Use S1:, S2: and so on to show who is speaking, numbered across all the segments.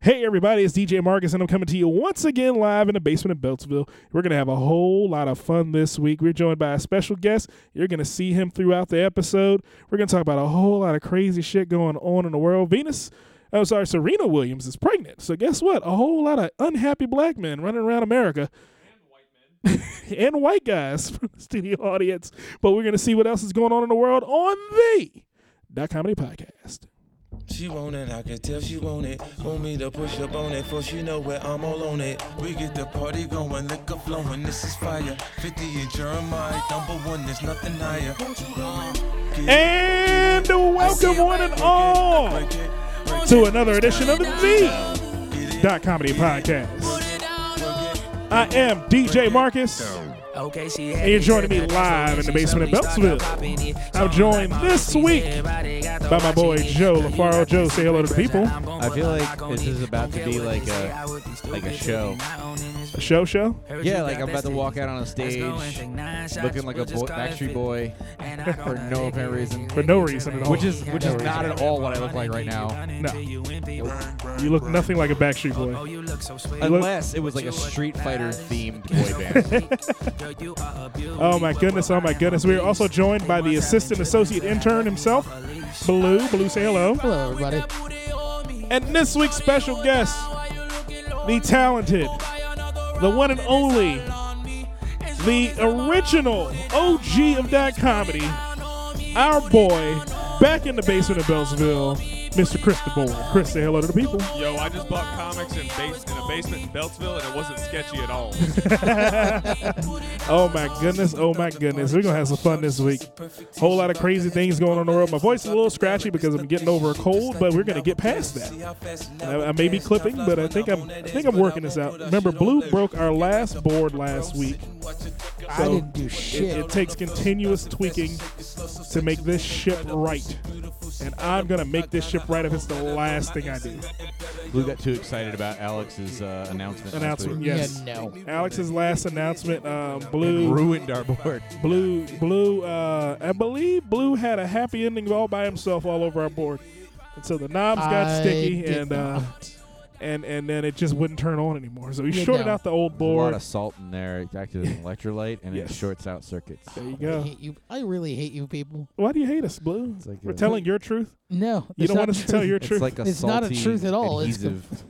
S1: Hey, everybody, it's DJ Marcus, and I'm coming to you once again live in the basement of Beltsville. We're going to have a whole lot of fun this week. We're joined by a special guest. You're going to see him throughout the episode. We're going to talk about a whole lot of crazy shit going on in the world. Venus, I'm sorry, Serena Williams is pregnant. So, guess what? A whole lot of unhappy black men running around America and white guys from the studio audience. But we're going to see what else is going on in the world on the Dot Comedy Podcast.
S2: She want it, I can tell she want it. Want me to push up on it, for she know where I'm all on it. We get the party going, liquor flowing, this is fire. 50 and Jeremiah, number one, there's nothing higher.
S1: And welcome one and all to another edition of the Dot Comedy Podcast. I am DJ Marcus.
S3: Okay, she
S1: And you're joining me live in the basement of
S3: Beltsville.
S1: I'm joined this week by my boy Joe LaFaro. Joe, say hello to the people.
S4: I feel like this is about to be like a like a show.
S1: A show show.
S4: Yeah, like I'm about to walk out on a stage looking like a boy, Backstreet Boy for no apparent reason.
S1: For no reason at all.
S4: Which is which is not at all what I look like right now.
S1: No. You look nothing like a Backstreet Boy.
S4: Unless it was like a Street Fighter themed boy band.
S1: Oh my goodness, oh my goodness. We are also joined by the assistant associate intern himself, Blue. Blue, say hello.
S5: Hello, everybody.
S1: And this week's special guest, the talented, the one and only, the original OG of that comedy, our boy, back in the basement of Bellsville, Mr. Chris DeBoer. Chris, say hello to the people.
S6: Yo, I just bought comics in, base, in a basement in Beltsville, and it wasn't sketchy at all.
S1: Oh my goodness, oh my goodness. We're gonna have some fun this week. Whole lot of crazy things going on in the world. My voice is a little scratchy because I'm getting over a cold, but we're gonna get past that. I, I may be clipping, but I think I'm I think I'm working this out. Remember, Blue broke our last board last week.
S5: I didn't do shit.
S1: It, it takes continuous tweaking to make this ship right. And I'm gonna make this ship right if it's the last thing I do.
S4: Blue got too excited about Alex's uh, announcement. last
S1: Announcement,
S4: week.
S1: yes.
S5: Yeah, no.
S1: Alex's last announcement, um,
S4: It
S1: Blue
S4: Ruined our board.
S1: Blue, Blue, uh, I believe Blue had a happy ending all by himself all over our board. And so the knobs got
S5: I
S1: sticky
S5: did
S1: and, uh,
S5: not.
S1: and, and then it just wouldn't turn on anymore. So we
S5: Yeah,
S1: shorted
S5: no.
S1: out the old
S4: There's a lot
S1: board.
S4: of salt in there. It acted as an electrolyte and
S1: Yes.
S4: it shorts out circuits.
S1: There you
S5: I
S1: go.
S5: hate you. I really hate you people.
S1: Why do you hate us, Blue?
S4: It's like
S1: We're
S4: a-
S1: telling your truth.
S5: No,
S1: You
S5: it's
S1: don't want
S5: not
S1: us to tell
S5: true.
S1: your
S4: It's
S1: truth.
S4: like a
S5: It's not a
S4: salty
S5: truth at all. It's com-
S4: Adhesive.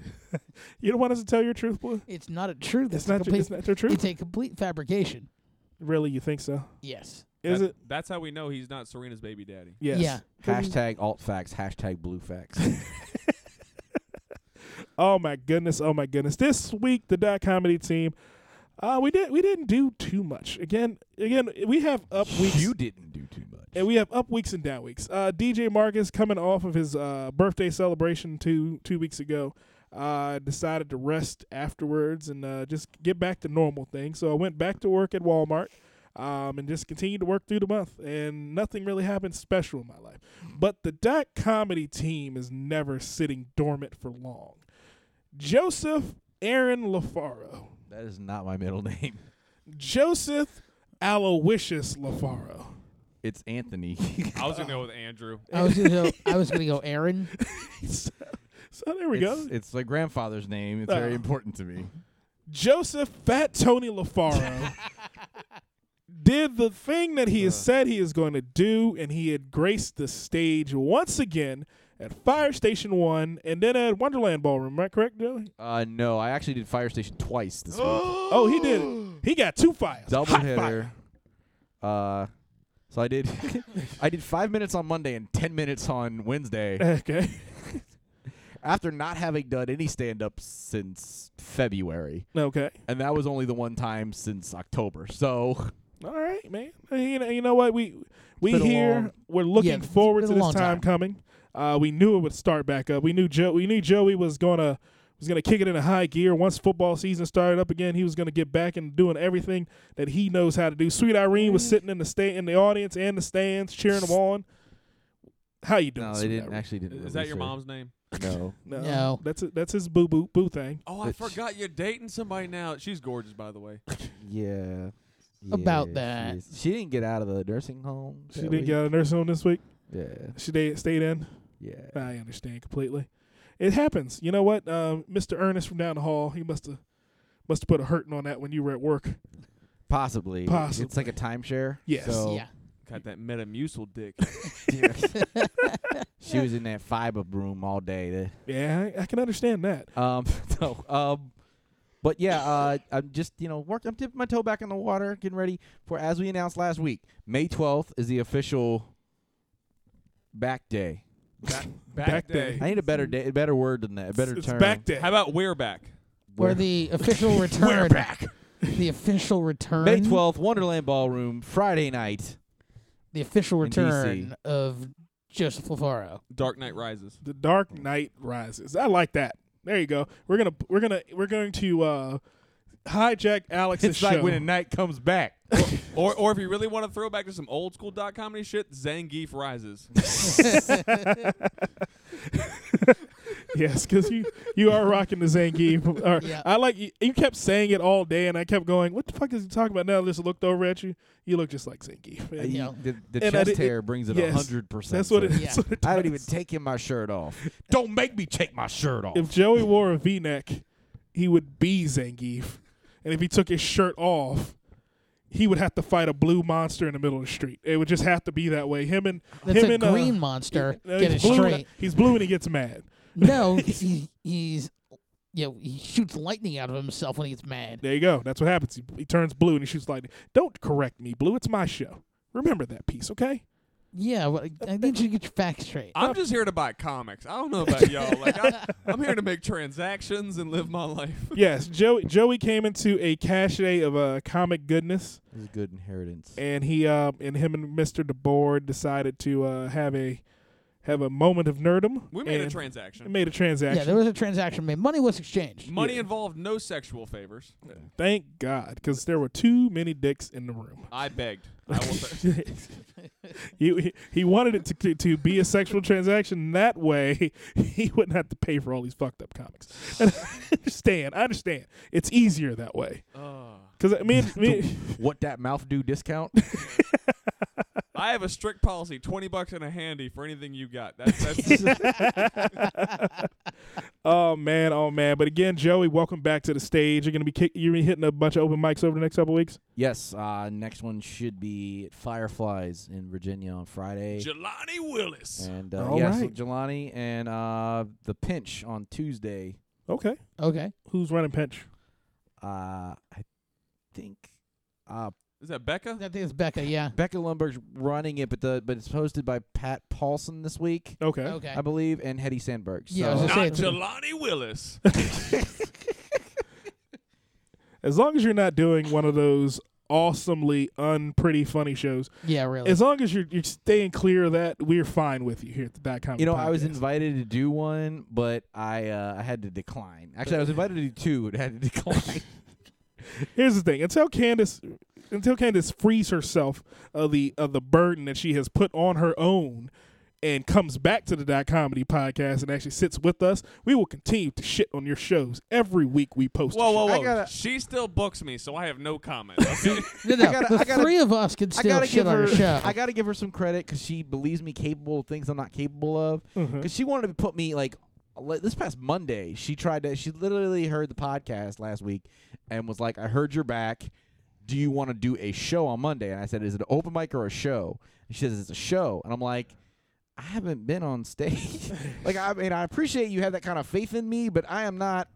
S1: you don't want us to tell your truth, Blue.
S5: It's not a truth.
S1: It's not. Your,
S5: complete,
S1: it's not your truth.
S5: It's a complete fabrication.
S1: Really, you think so?
S5: Yes.
S1: Is
S6: That-
S1: it?
S6: That's how we know he's not Serena's baby daddy.
S1: Yes.
S5: Yeah.
S4: Hashtag alt facts. Hashtag blue facts.
S1: Oh my goodness! Oh my goodness! This week, the dot comedy team, uh, we did we didn't do too much. Again, again, we have up weeks.
S4: you didn't do too much.
S1: And we have up weeks and down weeks. Uh, DJ Marcus coming off of his uh, birthday celebration two two weeks ago, uh, decided to rest afterwards and uh, just get back to normal things. So I went back to work at Walmart. Um, and just continued to work through the month, and nothing really happened special in my life. But the dot comedy team is never sitting dormant for long. Joseph Aaron LaFaro,
S4: That is not my middle name.
S1: Joseph Aloysius LaFaro.
S4: It's Anthony.
S6: I was gonna go with Andrew.
S5: I was gonna go. I was gonna go. Aaron.
S1: so, so there we go.
S4: it's, it's my grandfather's name. It's
S1: Oh.
S4: very important to me.
S1: Joseph Fat Tony LaFaro did the thing that he has said he is going to do, and he had graced the stage once again at Fire Station 1 and then at Wonderland Ballroom. Am I correct, Joey?
S4: Uh, no, I actually did Fire Station twice this week.
S1: Oh, he did it. He got two fires.
S4: Double
S1: Hot fire.
S4: hitter. Uh, so I did. I did five minutes on Monday and ten minutes on Wednesday.
S1: Okay.
S4: After not having done any stand up since February,
S1: Okay.
S4: and that was only the one time since October. So
S1: All right, man. Uh, You know, you know what we we
S4: been a
S1: here.
S4: long-
S1: we're looking
S5: Yeah, it's
S1: forward
S5: been
S1: to
S5: a
S1: this
S5: long
S1: time,
S5: time.
S1: coming. Uh, we knew it would start back up. We knew Joe. We knew Joey was gonna was gonna kick it into high gear once football season started up again. He was gonna get back and doing everything that he knows how to do. Sweet Irene was sitting in the sta- in the audience and the stands cheering him on. How you doing?
S4: no,
S1: Sweet
S4: they didn't
S1: Irene?
S4: actually didn't.
S6: Is that your
S4: release
S6: mom's name?
S4: her. No.
S1: No,
S5: No.
S1: that's a, that's his boo boo boo thing.
S6: Oh, I
S4: It's-
S6: forgot you're dating somebody now. She's gorgeous, by the way.
S4: Yeah.
S5: About
S4: Yeah,
S5: that.
S4: She, is. She didn't get out of the nursing home.
S1: She
S4: that
S1: didn't
S4: week.
S1: get out of nursing home this week.
S4: Yeah.
S1: She stayed stayed in.
S4: Yeah.
S1: I understand completely. It happens. You know what? Um, Mr. Ernest from down the hall, he must have must have put a hurting on that when you were at work.
S4: Possibly.
S1: Possibly.
S4: It's like a timeshare.
S1: Yes.
S4: So
S5: Yeah.
S3: Got that Metamucil dick.
S4: she was in that fiber room all day. The-
S1: Yeah, I, I can understand that.
S4: Um, no, um, but yeah, uh, I'm just you know work. I'm dipping my toe back in the water, getting ready for as we announced last week. May 12th is the official back day.
S6: Back,
S1: Back day.
S4: I need a better day, a better word than that, a better
S1: it's
S4: term.
S1: back day.
S6: How about we're back?
S5: Or
S4: Where-
S5: the official return.
S1: We're back.
S5: The official return.
S4: May 12th, Wonderland Ballroom, Friday night.
S5: The official
S4: in DC.
S5: return of Joseph Alfaro.
S3: Dark Knight Rises.
S1: The Dark Knight Rises. I like that. There you go. We're gonna we're gonna we're going to uh, hijack Alex's
S4: It's like
S1: show.
S4: when a night comes back.
S6: Or, or if you really want to throw back to some old school dot comedy shit, Zangief rises.
S1: yes, because you you are rocking the Zangief. Or,
S5: Yeah.
S1: I like you, you. kept saying it all day, and I kept going. What the fuck is he talking about? Now I just looked over at you. You look just like Zangief. man.
S5: Yeah.
S4: The, the
S1: And I
S4: chest
S1: did-
S4: hair brings it a
S1: yes.
S4: 100%.
S1: That's what it.
S4: sir.
S5: Yeah.
S1: that's what it
S4: I haven't even
S1: does.
S4: taken my shirt off. Don't make me take my shirt off.
S1: If Joey wore a V-neck, he would be Zangief, and if he took his shirt off, he would have to fight a blue monster in the middle of the street. It would just have to be that way. Him and
S5: That's
S1: him
S5: a
S1: and uh,
S5: green monster.
S1: uh,
S5: Get it
S1: he's blue and-
S5: straight.
S1: he's blue and he gets mad.
S5: no, he, he's you know, he shoots lightning out of himself when he gets mad.
S1: There you go. That's what happens. He, he turns blue and he shoots lightning. Don't correct me, Blue. It's my show. Remember that piece, okay?
S5: Yeah, well, I need you to get your facts straight.
S6: I'm just here to buy comics. I don't know about y'all. Like I, I'm here to make transactions and live my life.
S1: yes, Joey. Joey came into a cachet of uh, comic goodness,
S4: This is good inheritance.
S1: and he uh, and him and Mister DeBoard decided to uh, have a have a moment of nerdum.
S6: We made a
S1: and
S6: transaction.
S1: Made a transaction.
S5: Yeah, there was a transaction made. Money was exchanged.
S6: Money
S1: Yeah.
S6: involved, no sexual favors.
S1: Thank God, because there were too many dicks in the room.
S6: I begged. I will say.
S1: He he- he wanted it to, to to be a sexual transaction. That way, he wouldn't have to pay for all these fucked up comics. And I understand. I understand. It's easier that way.
S6: Ah.
S1: Because me, and- me
S4: what that mouth do discount?
S6: I have a strict policy: twenty bucks in a handy for anything you got. That's, that's
S1: oh man, oh man. But again, Joey, welcome back to the stage. You're gonna be kick, you're gonna be hitting a bunch of open mics over the next couple weeks.
S4: yes. Uh, next one should be at Fireflies in Virginia on Friday.
S6: Jelani Willis.
S4: and uh,
S1: All
S4: yes,
S1: right.
S4: Jelani and uh, the Pinch on Tuesday.
S1: Okay.
S5: Okay.
S1: Who's running pinch?
S4: Uh, I think uh,
S6: Is that Becca?
S5: That thing is Becca, yeah.
S4: Becca Lundberg's running it, but the but it's hosted by Pat Paulson this week,
S1: Okay.
S5: Okay.
S4: I believe, and Hetty Sandberg.
S5: Yeah, I was
S4: so
S5: gonna say
S6: Not
S5: it's-
S6: Jelani Willis.
S1: As long as you're not doing one of those awesomely unpretty funny shows,
S5: yeah, really.
S1: as long as you're you're staying clear of that, we're fine with you here at the dot com.
S4: You know, I was
S1: Podcast.
S4: invited to do one, but I uh, I had to decline. Actually, I was invited to do two, but I had to decline.
S1: Here's the thing: until Candace, until Candace frees herself of the of the burden that she has put on her own, and comes back to the dot comedy podcast and actually sits with us, we will continue to shit on your shows every week we post. a
S6: Whoa, whoa,
S1: show.
S6: whoa!
S4: gotta-
S6: She still books me, so I have no comment. Okay?
S5: no, no,
S4: gotta-
S5: the
S4: I gotta-
S5: three of us could
S4: I
S5: still
S4: gotta
S5: shit
S4: give
S5: on
S4: her.
S5: her show.
S4: I gotta give her some credit because she believes me capable of things I'm not capable of.
S1: Mhm.
S4: Because she wanted to put me like li- this past Monday. She tried to. She literally heard the podcast last week and was like, "I heard you're back. Do you want to do a show on Monday?" And I said, "Is it an open mic or a show?" And she says, "It's a show." And I'm like. I haven't been on stage. like I mean, I appreciate you have that kind of faith in me, but I am not.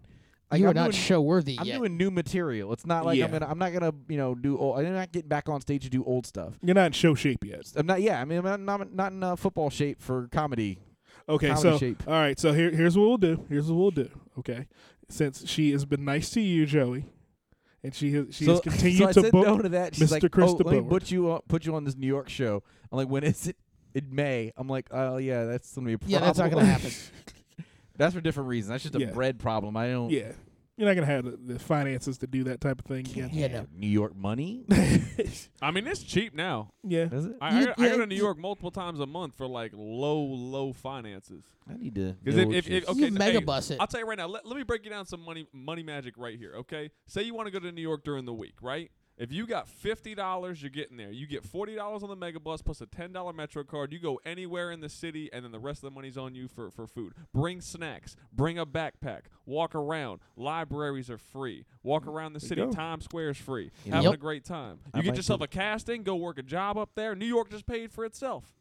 S4: Like,
S5: you are
S4: I'm
S5: not
S4: doing-
S5: show worthy
S4: I'm
S5: yet.
S4: doing new material. It's not like
S1: Yeah.
S4: I'm gonna. I'm not gonna. You know, do. Old, I'm not getting back on stage to do old stuff.
S1: You're not in show shape yet.
S4: I'm not. Yeah, I mean, I'm not not in uh, football shape for comedy.
S1: Okay,
S4: Comedy
S1: so
S4: shape.
S1: all right, so here, here's what we'll do. Here's what we'll do. Okay, since she has been nice to you, Joey, and she has, she
S4: so,
S1: has
S4: so
S1: continued
S4: I
S1: to
S4: said
S1: book.
S4: no to that. She's
S1: Mr.
S4: like,
S1: Chris
S4: oh, let me
S1: DeBoer."
S4: put you on, put you on this New York show. I'm like, when is it? In May. I'm like, oh yeah, that's gonna be a problem.
S5: yeah, that's not going to happen.
S4: that's for different reasons. That's just a
S1: Yeah.
S4: bread problem. I don't.
S1: yeah, you're not gonna have the, the finances to do that type of thing again.
S5: yeah, no.
S4: New York money.
S6: I mean, it's cheap now.
S1: Yeah,
S4: Is it?
S6: I,
S5: You-
S6: I, I go
S5: yeah,
S6: to New
S5: you-
S6: York multiple times a month for like low, low finances.
S4: I need to.
S6: Because
S4: know
S6: if,
S4: what
S6: if,
S4: you're-
S6: if okay,
S5: you
S6: so,
S5: mega
S6: hey,
S5: bus it.
S6: I'll tell you right now. Let, let me break you down some money money magic right here. Okay, say you want to go to New York during the week, right? If you got fifty dollars, you're getting there. You get forty dollars on the mega bus plus a ten dollar metro card. You go anywhere in the city, and then the rest of the money's on you for for food. Bring snacks. Bring a backpack. Walk around. Libraries are free. Walk around the city.
S1: Mm, go.
S6: Times Square is free.
S4: You
S6: Having
S5: know-
S6: a great time.
S4: I
S6: You get
S4: might
S6: yourself
S4: do-
S6: a casting. Go work a job up there. New York just paid for itself.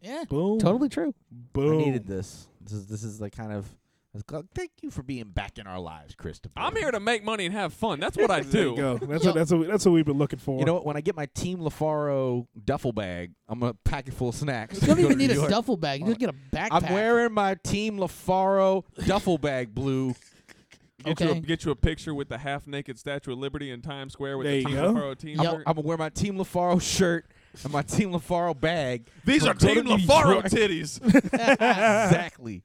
S5: Yeah.
S1: Boom.
S5: Totally true.
S4: I
S1: Boom.
S4: needed this. This is this is the kind of. it's called- Thank you for being back in our lives, Christopher.
S6: I'm here to make money and have fun. That's what I
S1: There you
S6: do.
S1: go. That's what, that's what, that's what we've been looking for.
S4: You know what? When I get my Team LaFaro duffel bag, I'm gonna pack it full of snacks.
S5: You don't
S4: Go to
S5: even need
S4: New
S5: a
S4: York.
S5: duffel bag. You just get a backpack.
S4: I'm wearing my Team LaFaro duffel bag blue.
S6: Get, you a,
S5: Okay.
S6: get you a picture with the half naked Statue of Liberty in Times Square with
S1: There
S6: the
S1: you
S6: Team
S1: go.
S6: Lafaro team.
S5: Yup.
S6: shirt.
S4: I'm gonna wear my Team LaFaro shirt and my Team LaFaro bag.
S6: These
S4: Go
S6: are
S4: to
S6: Team
S4: New
S6: LaFaro
S4: York.
S6: titties.
S4: exactly.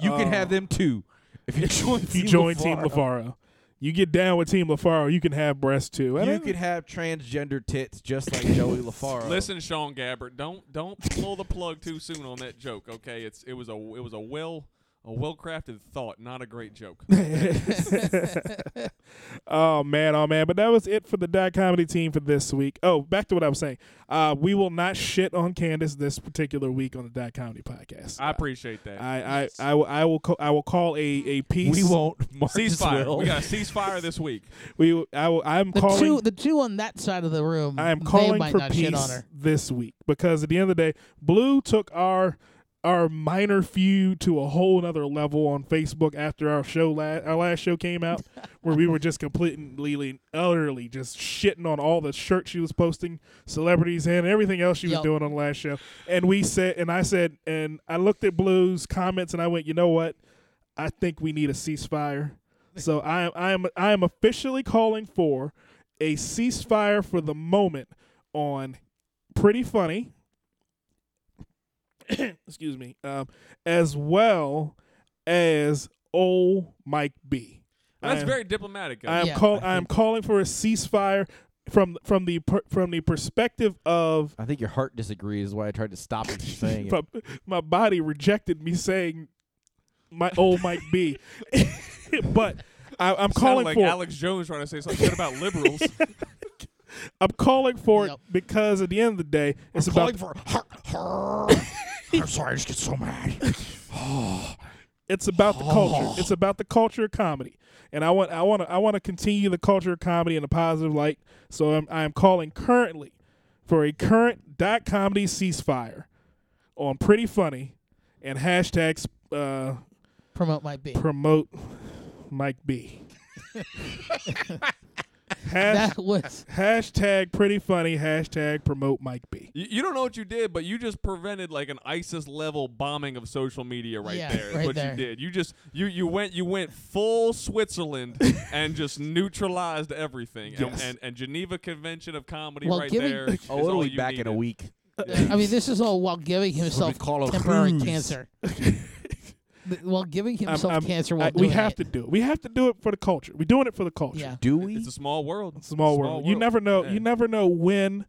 S4: You can have them too if you join.
S1: if you join Team LaFaro, you get down with Team LaFaro, you can have breasts too. I
S4: you
S1: don't-
S4: could have transgender tits just like Joey LaFaro.
S6: Listen, Sean Gabbert, don't don't pull the plug too soon on that joke. Okay, it's it was a it was a well a well crafted thought, not a great joke.
S1: oh man, oh man. But that was it for the dot comedy team for this week. Oh, back to what I was saying. Uh, we will not shit on Candace this particular week on the dot comedy podcast.
S6: I appreciate that.
S1: I, I, I, will- I will call, I will call a, a piece.
S4: we won't. Marcus
S6: ceasefire.
S4: will.
S6: We got a ceasefire this week.
S1: We will- I will, I'm
S5: The
S1: calling.
S5: two, the two on that side of the room.
S1: I am
S5: they
S1: calling
S5: might
S1: for
S5: not shit on
S1: peace
S5: her.
S1: this week because at the end of the day, Blue took our our minor feud to a whole nother level on Facebook after our show last our last show came out, where we were just completely utterly just shitting on all the shirts she was posting celebrities in and everything else she was
S5: Yup.
S1: doing on the last show, and we said and I said and I looked at Blue's comments and I went, you know what, I think we need a ceasefire. So I am I am I am officially calling for a ceasefire for the moment on Pretty Funny. Excuse me. Um, as well as old Mike B.
S6: That's
S1: I am,
S6: very diplomatic.
S1: I
S6: guys.
S1: am
S5: Yeah.
S1: call
S4: I
S1: I am calling for a ceasefire from from the per- from the perspective of
S4: I think your heart disagrees. Is why I tried to stop you from saying it.
S1: my, my body rejected me saying my old Mike B. but I, I'm
S6: Sounded
S1: calling
S6: like
S1: for
S6: Alex Jones trying to say something good about liberals.
S1: I'm calling for
S5: Yep.
S1: it because at the end of the day, it's
S4: I'm
S1: about
S4: calling for. I'm sorry, I just get so mad.
S1: it's about the
S5: Oh.
S1: culture. It's about the culture of comedy, and I want I want to I want to continue the culture of comedy in a positive light. So I'm I'm calling currently for a current dot comedy ceasefire on Pretty Funny and hashtags uh,
S5: Promote might be.
S1: promote Mike B. Hash,
S5: That was
S1: hashtag Pretty Funny. Hashtag promote Mike B.
S6: You, you don't know what you did, but you just prevented like an ISIS level bombing of social media right
S5: Yeah,
S6: there. Is
S5: right
S6: what
S5: there.
S6: you did. You just you you went you went full Switzerland and just neutralized everything.
S1: Yes.
S6: And, and and Geneva Convention of Comedy
S5: Well,
S6: right
S5: giving-
S6: there. is
S4: Oh, it'll
S6: all
S4: be
S6: you
S4: back in a
S6: needed.
S4: week.
S5: I mean, this is all while giving
S4: we
S5: himself
S4: call a
S5: temporary
S4: cruise.
S5: cancer. Th- while giving himself
S1: I'm-
S5: cancer
S1: I-
S5: while
S1: we
S5: doing
S1: have
S5: it.
S1: to do it. We have to do it for the culture. We're doing it for the culture.
S5: Yeah.
S4: Do we?
S6: It's a small world.
S1: Small, world. You never know.
S6: Yeah.
S1: You never know when.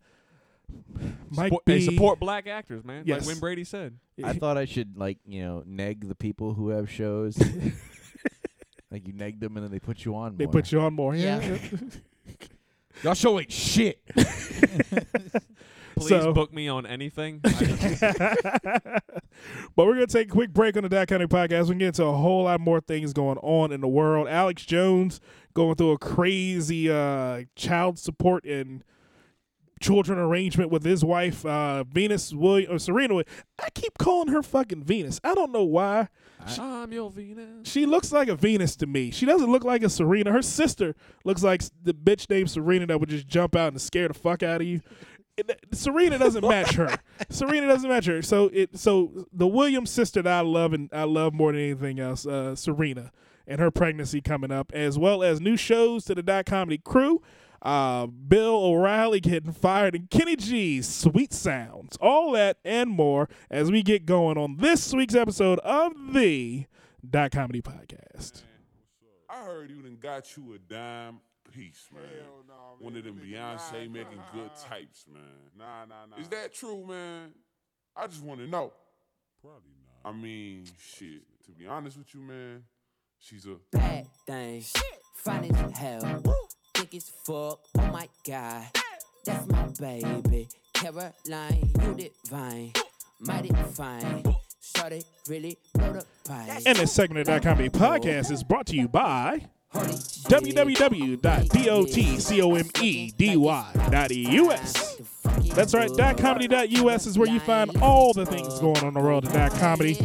S1: Mike
S6: Support-
S1: B.
S6: they support black actors, man.
S1: Yes.
S6: Like when Brady said.
S4: I thought I should like you know neg the people who have shows. like you neg them and then they put you on.
S1: they
S4: more.
S1: put you on more. Yeah.
S5: Yeah.
S4: Y'all show ain't shit.
S6: Please
S1: So-
S6: book me on anything. I-
S1: but we're gonna take a quick break on the Dot County podcast. We can get into a whole lot more things going on in the world. Alex Jones going through a crazy uh, child support and children arrangement with his wife uh, Venus William or Serena. Wi- I keep calling her fucking Venus. I don't know why.
S6: I'm your Venus.
S1: She looks like a Venus to me. She doesn't look like a Serena. Her sister looks like s- the bitch named Serena that would just jump out and scare the fuck out of you. And th- Serena doesn't match her. Serena doesn't match her. So it so the Williams sister that I love and I love more than anything else, uh, Serena, and her pregnancy coming up, as well as new shows to the dot comedy crew. Uh, Bill O'Reilly getting fired and Kenny G's sweet sounds, all that and more as we get going on this week's episode of the dot comedy podcast.
S7: I heard you done got you a dime piece, man. One of them Beyonce making good types, man. Nah, nah, nah. Is that true, man? I just want to know. Probably not. I mean, shit. To be honest with you, man, she's a.
S8: bad thing. Fine as hell. thick as fuck. Oh my god, that's my baby. Caroline, you divine. Mighty fine. Started really blow the pipe.
S1: And this segment of Dot Comedy Podcast is brought to you by E www.dotcomedy.us. That's right, dotcomedy.us is where you find all the things going on in the world of dot comedy.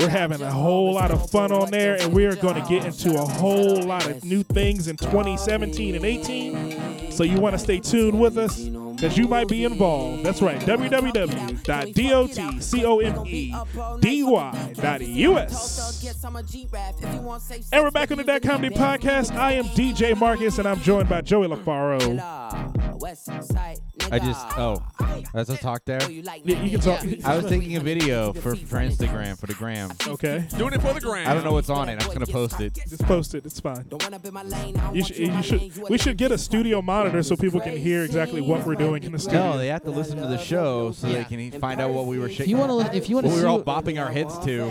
S1: We're having a whole lot of fun on there, and we are going to get into a whole lot of new things in 2017 and 18. So you want to stay tuned with us because you might be involved. That's right, e www.dotcomedy.us. And we're back on the Dot Comedy Podcast. I am DJ Marcus, and I'm joined by Joey LaFaro.
S8: I
S4: I just oh, that's a talk
S5: Oh,
S4: there.
S1: Yeah, you can talk.
S4: I was thinking a video for for Instagram for the gram.
S1: Okay,
S6: Doing it for the gram.
S4: I don't know what's on it. I'm just gonna post it.
S1: just post it. It's fine. You should, you should. We should get a studio monitor so people can hear exactly what we're doing in the
S4: No,
S1: studio.
S4: they have to listen to the show so
S5: Yeah.
S4: they can find out what we were
S5: If
S4: shaking.
S5: you want to, if you want
S4: what
S5: to
S4: we
S5: see,
S4: were all
S5: what-
S4: bopping our heads to.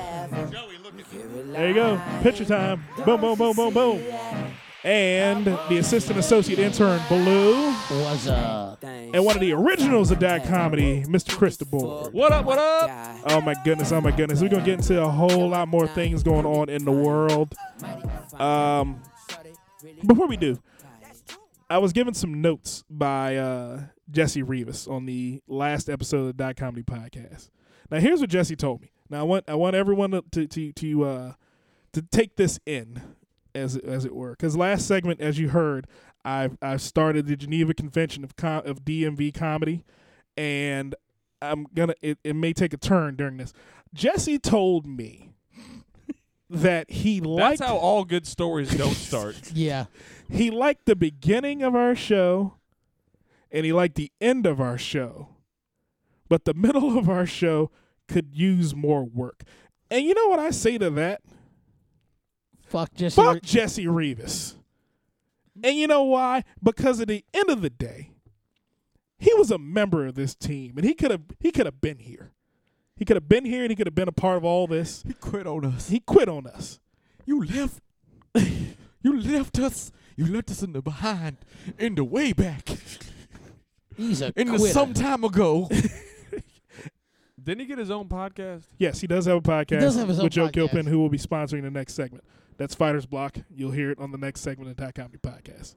S1: There you go. Picture time. Boom, boom, boom, boom, boom. And the assistant associate intern Blue,
S5: was uh,
S1: and one of the originals of that comedy, Mr. Chris DeBoer.
S6: What up? What up?
S1: Oh my goodness! Oh my goodness! We're gonna get into a whole lot more things going on in the world. Um, before we do, I was given some notes by uh, Jesse Rivas on the last episode of the Dot Comedy Podcast. Now, here's what Jesse told me. Now, I want I want everyone to to to to, uh, to take this in, as it- as it were, because last segment, as you heard, I've I've started the Geneva Convention of com- of DMV comedy, and I'm gonna it, it may take a turn during this. Jesse told me that he
S6: That's
S1: liked
S6: how all good stories don't start.
S5: yeah,
S1: he liked the beginning of our show and he liked the end of our show. But the middle of our show could use more work. And you know what I say to that?
S5: fuck just
S1: Fuck Jesse Rivas. And you know why? Because at the end of the day, he was a member of this team and he could have he could have been here. He could have been here and he could have been a part of all this.
S4: You quit on us.
S1: He quit on us.
S4: You left. you left us. You left us in the behind, in the way back,
S5: he's a
S4: in the
S5: quitter.
S4: some time ago.
S6: Didn't he get his own podcast?
S1: Yes, he does have a podcast
S5: does have his own
S1: with Joe
S5: podcast.
S1: Kilpin, who will be sponsoring the next segment. That's Fighters Block. You'll hear it on the next segment of Dot Comedy Podcast.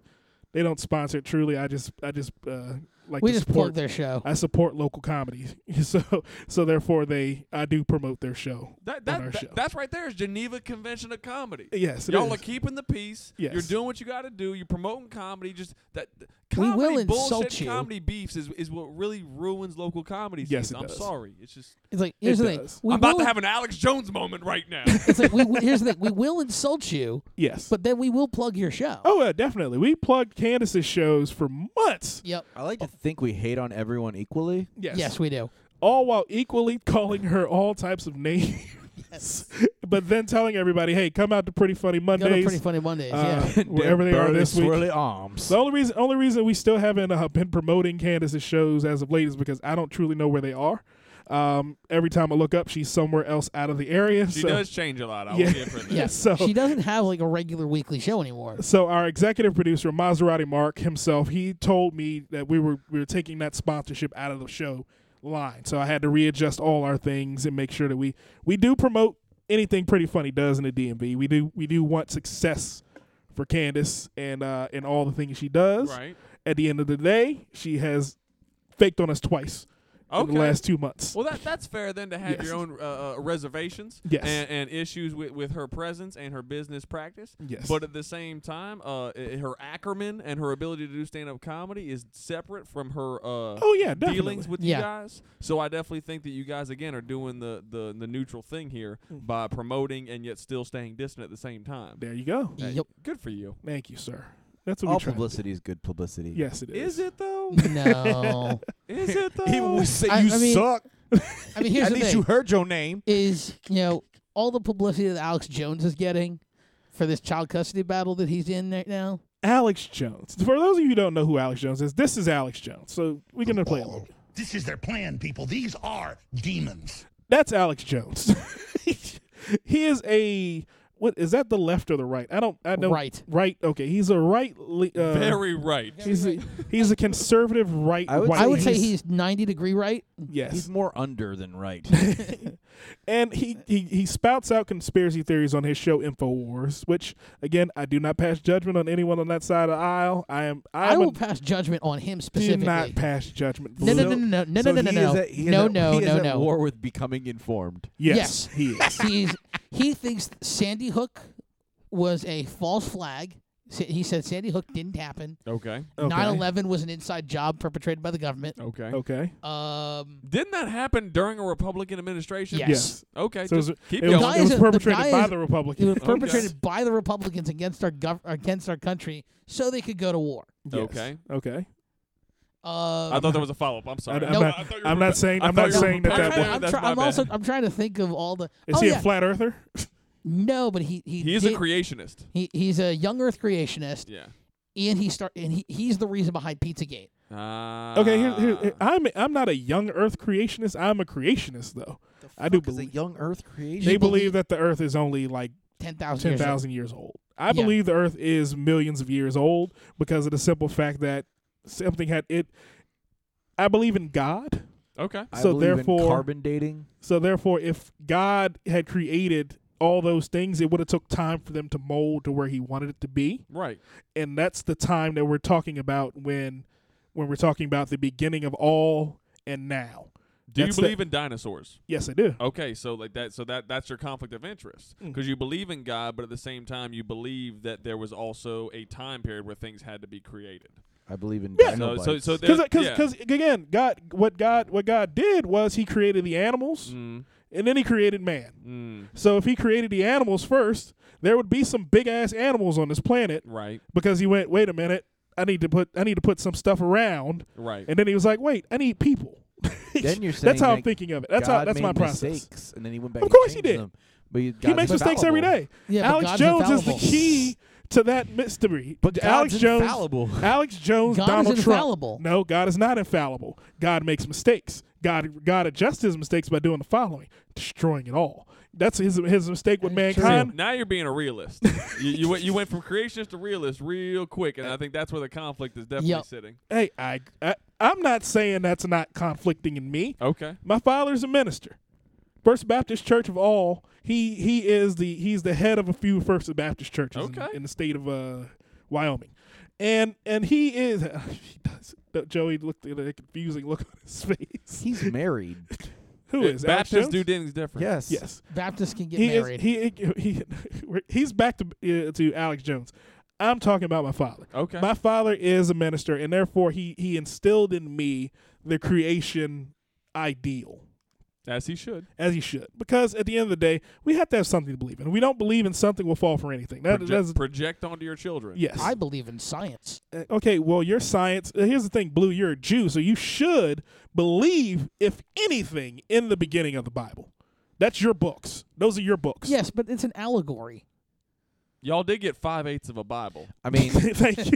S1: They don't sponsor it truly. I just I just uh, like
S5: we
S1: to
S5: just
S1: support Uh,
S5: plugged their show.
S1: I support local comedy. So so therefore they I do promote their show.
S6: That,
S1: on our
S6: that,
S1: show.
S6: that that's right there is Geneva Convention of Comedy.
S1: Yes, it
S6: Y'all
S1: is.
S6: are keeping the peace. You're
S1: Yes.
S6: doing what you got to do. You're promoting comedy. Just that th-
S5: We
S6: comedy
S5: will
S6: bullshit,
S5: insult you.
S6: comedy beefs is, is what really ruins local comedy.
S1: Yes,
S6: scenes.
S1: it
S6: I'm
S1: does.
S6: sorry. It's just
S5: It's like here's
S1: It
S5: the thing.
S1: does.
S5: We
S6: I'm about
S5: will-
S6: to have an Alex Jones moment right now.
S5: It's like we, we- here's the thing. We will insult you,
S1: yes.
S5: but then we will plug your show.
S1: oh yeah, definitely. We plugged Candace's shows for months.
S5: Yep.
S4: I like to think we hate on everyone equally.
S1: Yes.
S5: Yes, we do.
S1: all while equally calling her all types of names. but then telling everybody, "Hey, come out to Pretty Funny
S5: Go to
S1: Mondays."
S5: Pretty Funny Mondays.
S1: uh,
S5: yeah.
S1: wherever they are
S4: Burly,
S1: this week.
S4: swirly arms.
S1: The only reason, only reason we still haven't uh, been promoting Candace's shows as of late is because I don't truly know where they are. Um, every time I look up, she's somewhere else out of the area.
S6: she
S1: so,
S6: does change a lot. I
S1: Yeah.
S6: will give her that.
S5: Yeah.
S1: so-
S5: she doesn't have like a regular weekly show anymore.
S1: So our executive producer Maserati Mark himself, he told me that we were we were taking that sponsorship out of the show line. So I had to readjust all our things and make sure that we we do promote anything pretty funny does in the DMV. We do we do want success for Candace and uh and all the things she does.
S6: Right.
S1: At the end of the day, she has faked on us twice in
S6: Okay.
S1: the last two months.
S6: Well, that that's fair then to have
S1: Yes.
S6: your own uh, uh, reservations
S1: Yes.
S6: and, and issues with, with her presence and her business practice.
S1: Yes.
S6: But at the same time, uh, i- her acumen and her ability to do stand up comedy is separate from her. Uh,
S1: oh yeah, definitely.
S6: Dealings with
S5: Yeah.
S6: you guys, so I definitely think that you guys again are doing the the, the neutral thing here
S1: Mm.
S6: by promoting and yet still staying distant at the same time.
S1: there you go.
S6: Hey,
S5: Yep.
S6: Good for you.
S1: Thank you, sir. That's what
S4: All
S1: we try. to do.
S4: publicity is good publicity.
S1: Yes, it is.
S6: Is it though?
S5: No.
S6: Is it though?
S4: Even we say
S5: I-
S4: you
S5: I mean,
S4: suck.
S5: I mean, here's
S4: At
S5: the
S4: least
S5: thing.
S4: you heard your name.
S5: is you know all the publicity that Alex Jones is getting for this child custody battle that he's in right now.
S1: Alex Jones. For those of you who don't know who Alex Jones is, this is Alex Jones. So we're gonna play a little. bit.
S9: Oh, This is their plan, people. These are demons.
S1: That's Alex Jones. he is a What is that? The left or the right? I don't. I don't.
S5: Right.
S1: Right. Okay. He's a right. le- Uh,
S6: Very right.
S1: He's a, he's a conservative right.
S4: I would
S1: white
S4: say
S5: I would
S1: man.
S5: say he's 90 degree right.
S1: yes,
S4: He's more under than right.
S1: and he, he he spouts out conspiracy theories on his show Infowars, which again I do not pass judgment on anyone on that side of the aisle. I am I,
S5: I
S1: am
S5: will pass judgment on him
S1: do
S5: specifically.
S1: not pass judgment.
S5: no, no,
S1: Blue.
S5: no, no,
S4: So
S5: no, no, no, no,
S4: he
S5: no,
S4: is at- he is
S5: no,
S4: at-
S5: no,
S4: he is
S5: no,
S4: at
S5: no.
S4: war with becoming informed.
S1: Yes, he is.
S5: He's he thinks Sandy Hook was a false flag. Sa- He said Sandy Hook didn't happen.
S6: Okay.
S1: Okay.
S5: 9/11 was an inside job perpetrated by the government.
S6: Okay.
S1: Okay.
S5: Um,
S6: Didn't that happen during a Republican administration?
S5: Yes.
S1: Yes.
S6: Okay.
S1: So it was,
S6: just keep
S1: it was,
S5: guy
S1: it
S6: going.
S5: is
S1: was
S5: a- the
S1: perpetrated
S5: guy
S1: by
S5: is-
S1: the
S5: it
S1: Republicans.
S5: was perpetrated by the Republicans against our gov- against our country, so they could go to war.
S1: Yes.
S6: Okay.
S1: Okay.
S5: Um,
S6: I thought there was a follow up. I'm sorry.
S1: I'm
S5: Nope.
S1: not-
S6: I thought you were
S1: I'm not
S6: prepa-
S1: saying-
S6: I
S1: I'm
S6: thought
S1: not
S6: you were
S1: saying that
S6: prepared.
S5: I'm,
S1: that
S5: trying,
S1: was-
S5: I'm,
S6: That's
S5: try-
S6: my
S5: I'm
S6: bad.
S5: also I'm trying to think of all the.
S1: Is
S5: oh
S1: he
S5: yeah,
S1: a flat earther?
S5: no, but he he
S6: He is a
S5: did-
S6: creationist.
S5: he, he's a young Earth creationist,
S6: Yeah.
S5: and he start and he, he's the reason behind PizzaGate.
S6: Ah.
S1: Okay, here, here, here- I'm I'm not a young Earth creationist. I'm a creationist though. I do believe
S4: young Earth creation.
S1: they
S5: You believe-
S1: believe that the Earth is only like
S5: Ten thousand.
S1: ten thousand years old. I
S5: Yeah.
S1: believe the Earth is millions of years old because of the simple fact that something had it. I believe in God,
S6: Okay.
S4: I
S1: so
S4: believe in
S1: therefore-
S4: carbon dating.
S1: so therefore, if God had created all those things, it would have took time for them to mold to where He wanted it to be.
S6: Right.
S1: and that's the time that we're talking about when when we're talking about the beginning of all and now.
S6: Do
S1: That's the-
S6: you believe in dinosaurs?
S1: Yes, I do.
S6: Okay, so like that, so that that's your conflict of interest
S1: Mm.
S6: because you believe in God, but at the same time you believe that there was also a time period where things had to be created.
S4: I believe in
S1: Yeah.
S6: So
S4: dino
S6: so
S4: bites.
S6: so
S1: Because
S6: there's- yeah.
S1: again, God what God what God did was He created the animals
S6: Mm,
S1: and then He created man.
S6: mm,
S1: So if He created the animals first, there would be some big ass animals on this planet
S6: right,
S1: because He went, wait a minute, I need to put I need to put some stuff around,
S6: right.
S1: and then He was like, wait, I need people.
S4: Then you're
S1: that's how
S4: saying
S1: I'm
S4: that
S1: thinking of it. That's
S4: God
S1: how that's
S4: made
S1: my process.
S4: Mistakes, and then he went back.
S1: Of
S4: and
S1: course he
S4: changed
S1: did.
S4: them. But he,
S1: he makes mistakes every day.
S5: Yeah, but
S1: Alex
S5: God's
S1: Jones
S5: infallible.
S1: is the key to that mystery.
S4: But
S1: Alex
S4: God's
S1: Jones,
S4: infallible.
S1: Alex Jones,
S5: God
S1: Donald
S5: is
S1: Trump.
S5: infallible.
S1: No, God is not infallible. God makes mistakes. God God adjusts his mistakes by doing the following: destroying it all. That's his his mistake with
S5: That's true.
S1: mankind.
S6: now you're being a realist. you, you went you went from creationist to realist real quick, and I think that's where the conflict is definitely
S5: Yep.
S6: sitting.
S1: Hey, I, I I'm not saying that's not conflicting in me.
S6: Okay,
S1: My father's a minister. First Baptist Church of all. He he is the he's the head of a few First Baptist churches in-
S6: Okay.
S1: in, the state of uh, Wyoming, and and he is. he does, Joey looked at a confusing look on his face.
S4: He's married.
S1: Who is Alex
S6: Uh, Baptists do
S1: Jones?
S6: things different.
S4: yes.
S1: Yes,
S5: Baptists can get
S1: he
S5: married.
S1: is. He, he he's back to uh, to Alex Jones. I'm talking about my father.
S6: Okay.
S1: My father is a minister, and therefore he he instilled in me the creation ideal.
S6: As he should.
S1: as you should. Because at the end of the day, we have to have something to believe in. If we don't believe in something, we'll fall for anything. That,
S6: Proje-
S1: that's,
S6: project onto your children.
S1: yes.
S5: I believe in science.
S1: Uh, okay, well, your science. uh, Here's the thing, Blue, you're a Jew, so you should believe, if anything, in the beginning of the Bible. That's your books. Those are your books.
S5: Yes, but it's an allegory.
S6: Y'all did get five eighths of a Bible.
S4: I mean,
S1: Thank you.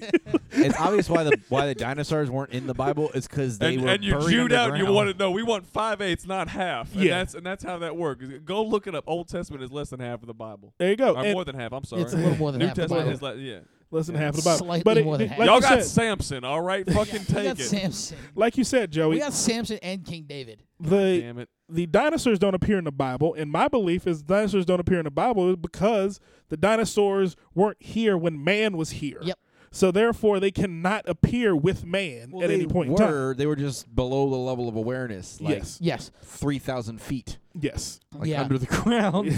S4: it's obvious why the why the dinosaurs weren't in the Bible is because they
S6: and,
S4: were
S6: and you
S4: buried
S6: chewed out. and You
S4: underground.
S6: wanted no. We want five eighths, not half. And
S1: Yeah.
S6: that's and that's how that works. Go look it up. Old Testament is less than half of the Bible.
S1: There you go.
S6: Or
S1: Oh, And
S6: more than half. I'm sorry.
S5: It's a little more than
S6: New
S5: half the
S6: Testament
S5: Bible.
S6: is like yeah.
S1: less than half of the Bible.
S5: Slightly
S1: but it-
S5: more than
S1: like
S5: half.
S1: you
S6: Y'all got
S1: said-
S6: Samson. All right, fucking
S5: we got
S6: take it.
S5: Samson.
S1: like you said, Joey.
S5: We got Samson and King David.
S1: the
S6: Damn it.
S1: the dinosaurs don't appear in the Bible, and my belief is dinosaurs don't appear in the Bible is because the dinosaurs weren't here when man was here.
S5: Yep.
S1: So therefore, they cannot appear with man
S4: Well,
S1: at
S4: they
S1: any point in time.
S4: were, They were just below the level of awareness, like
S1: yes.
S5: Yes.
S4: three thousand feet,
S1: Yes.
S4: like
S5: yeah.
S4: under the ground,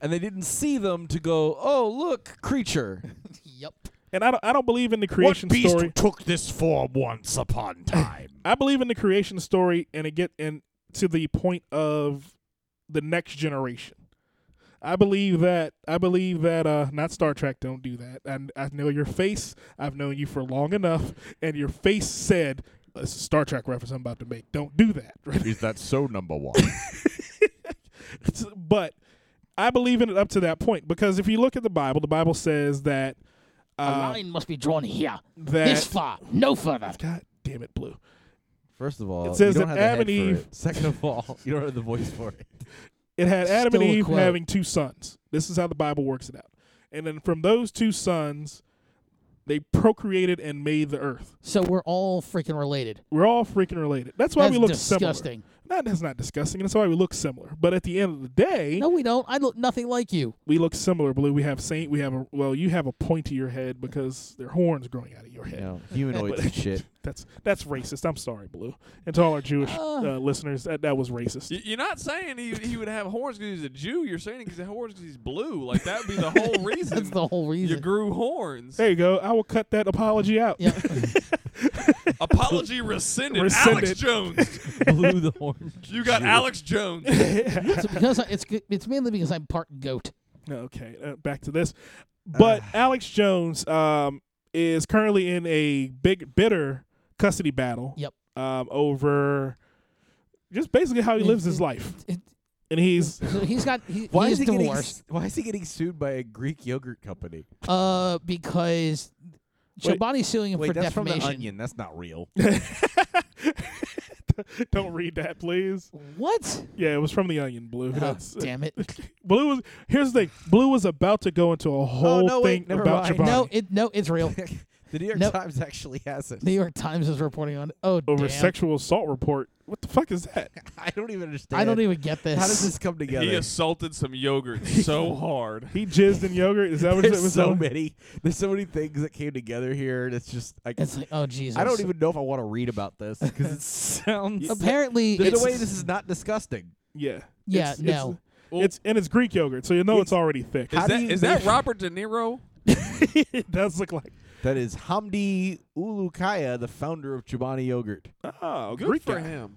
S4: and they didn't see them to go. Oh, look, creature.
S5: yep.
S1: And I don't, I don't believe in the creation story.
S9: took this form once upon time?
S1: I believe in the creation story, and it get and to the point of the next generation. I believe that I believe that uh not Star Trek don't do that. And I know your face. I've known you for long enough, and your face said, "This is a Star Trek reference I'm about to make. Don't do that." Right?
S9: Is that so, number one?
S1: but I believe in it up to that point because if you look at the Bible, the Bible says that
S5: A
S1: uh,
S5: line must be drawn here.
S1: that
S5: this far. No further.
S1: God damn it, Blue.
S4: First of all,
S1: It says
S4: you don't
S1: that
S4: have the
S1: Adam and
S4: head for
S1: Eve-
S4: it. Second of all, you don't have the voice for it.
S1: it had Adam
S5: Still a
S1: and Eve
S5: quote.
S1: having two sons. This is how the Bible works it out. And then from those two sons, they procreated and made the earth.
S5: So we're all freaking related.
S1: We're all freaking related. That's why
S5: That's
S1: we look similar.
S5: disgusting.
S1: Not that's not disgusting. That's why we look similar. But at the end of the day,
S5: No, we don't. I look nothing like you.
S1: we look similar. Blue, we have saint. We have a well. You have a point to your head because their horns growing out of your
S4: You
S1: head.
S4: know, humanoids and shit.
S1: That's that's racist. I'm sorry, Blue, and to all our Jewish
S5: Ah.
S1: uh, listeners, that that was racist.
S6: Y- You're not saying he, he would have horns because he's a Jew. You're saying because he has horns because he's blue. Like that would be the whole reason.
S5: That's the whole
S6: you
S5: reason.
S6: grew horns.
S1: There you go. I will cut that apology out.
S5: Yeah.
S6: Apology rescinded.
S1: Rescinded.
S6: Alex Jones.
S10: Blew the horn.
S6: You got Alex Jones.
S5: It's because I, it's g- it's mainly because I'm part goat.
S1: Okay, uh, back to this. But Alex Jones um, is currently in a big bitter custody battle.
S5: Yep.
S1: Um, over just basically how he lives his life, and he's
S5: So he's got he,
S4: Why
S5: he
S4: is he getting
S5: divorced.
S4: s- Why is he getting sued by a Greek yogurt company?
S5: Uh, because
S1: Wait.
S5: Chobani's suing him
S4: Wait,
S5: for
S4: that's
S5: defamation.
S4: from the Onion. That's not real.
S1: don't read that, please.
S5: What?
S1: Yeah, it was from the Onion. Blue.
S5: Oh,
S1: That's,
S5: damn it!
S1: Blue was here's the thing. Blue was about to go into a whole
S4: no, wait,
S1: thing
S4: never
S1: about
S4: mind.
S1: Chobani
S5: No, it no, it's real.
S4: the New York
S5: Nope.
S4: Times actually has it.
S5: New York Times is reporting on. it. Oh,
S1: over
S5: damn.
S1: sexual assault report. What the fuck is that?
S4: I don't even understand.
S5: I don't even get this.
S4: How does this come together?
S6: He assaulted some yogurt so hard.
S1: He jizzed in yogurt. Is that what it
S4: There's
S1: was?
S4: so many. There's so many things that came together here, and it's just I,
S5: It's like, oh Jesus!
S4: I don't even know if I want to read about this because it sounds.
S5: Apparently,
S4: there's
S5: it's,
S4: no way this is not disgusting.
S1: Yeah.
S5: Yeah,
S1: It's-
S5: no.
S1: It's, it's- and it's Greek yogurt, so you know it's already thick.
S6: Is
S4: How do
S6: that
S4: you
S6: is that
S4: make-
S6: Robert De Niro?
S1: it does look like
S4: That is Hamdi Ulukaya, the founder of Chobani Yogurt.
S1: oh,
S6: Good
S1: Greek
S6: for
S1: guy.
S6: him.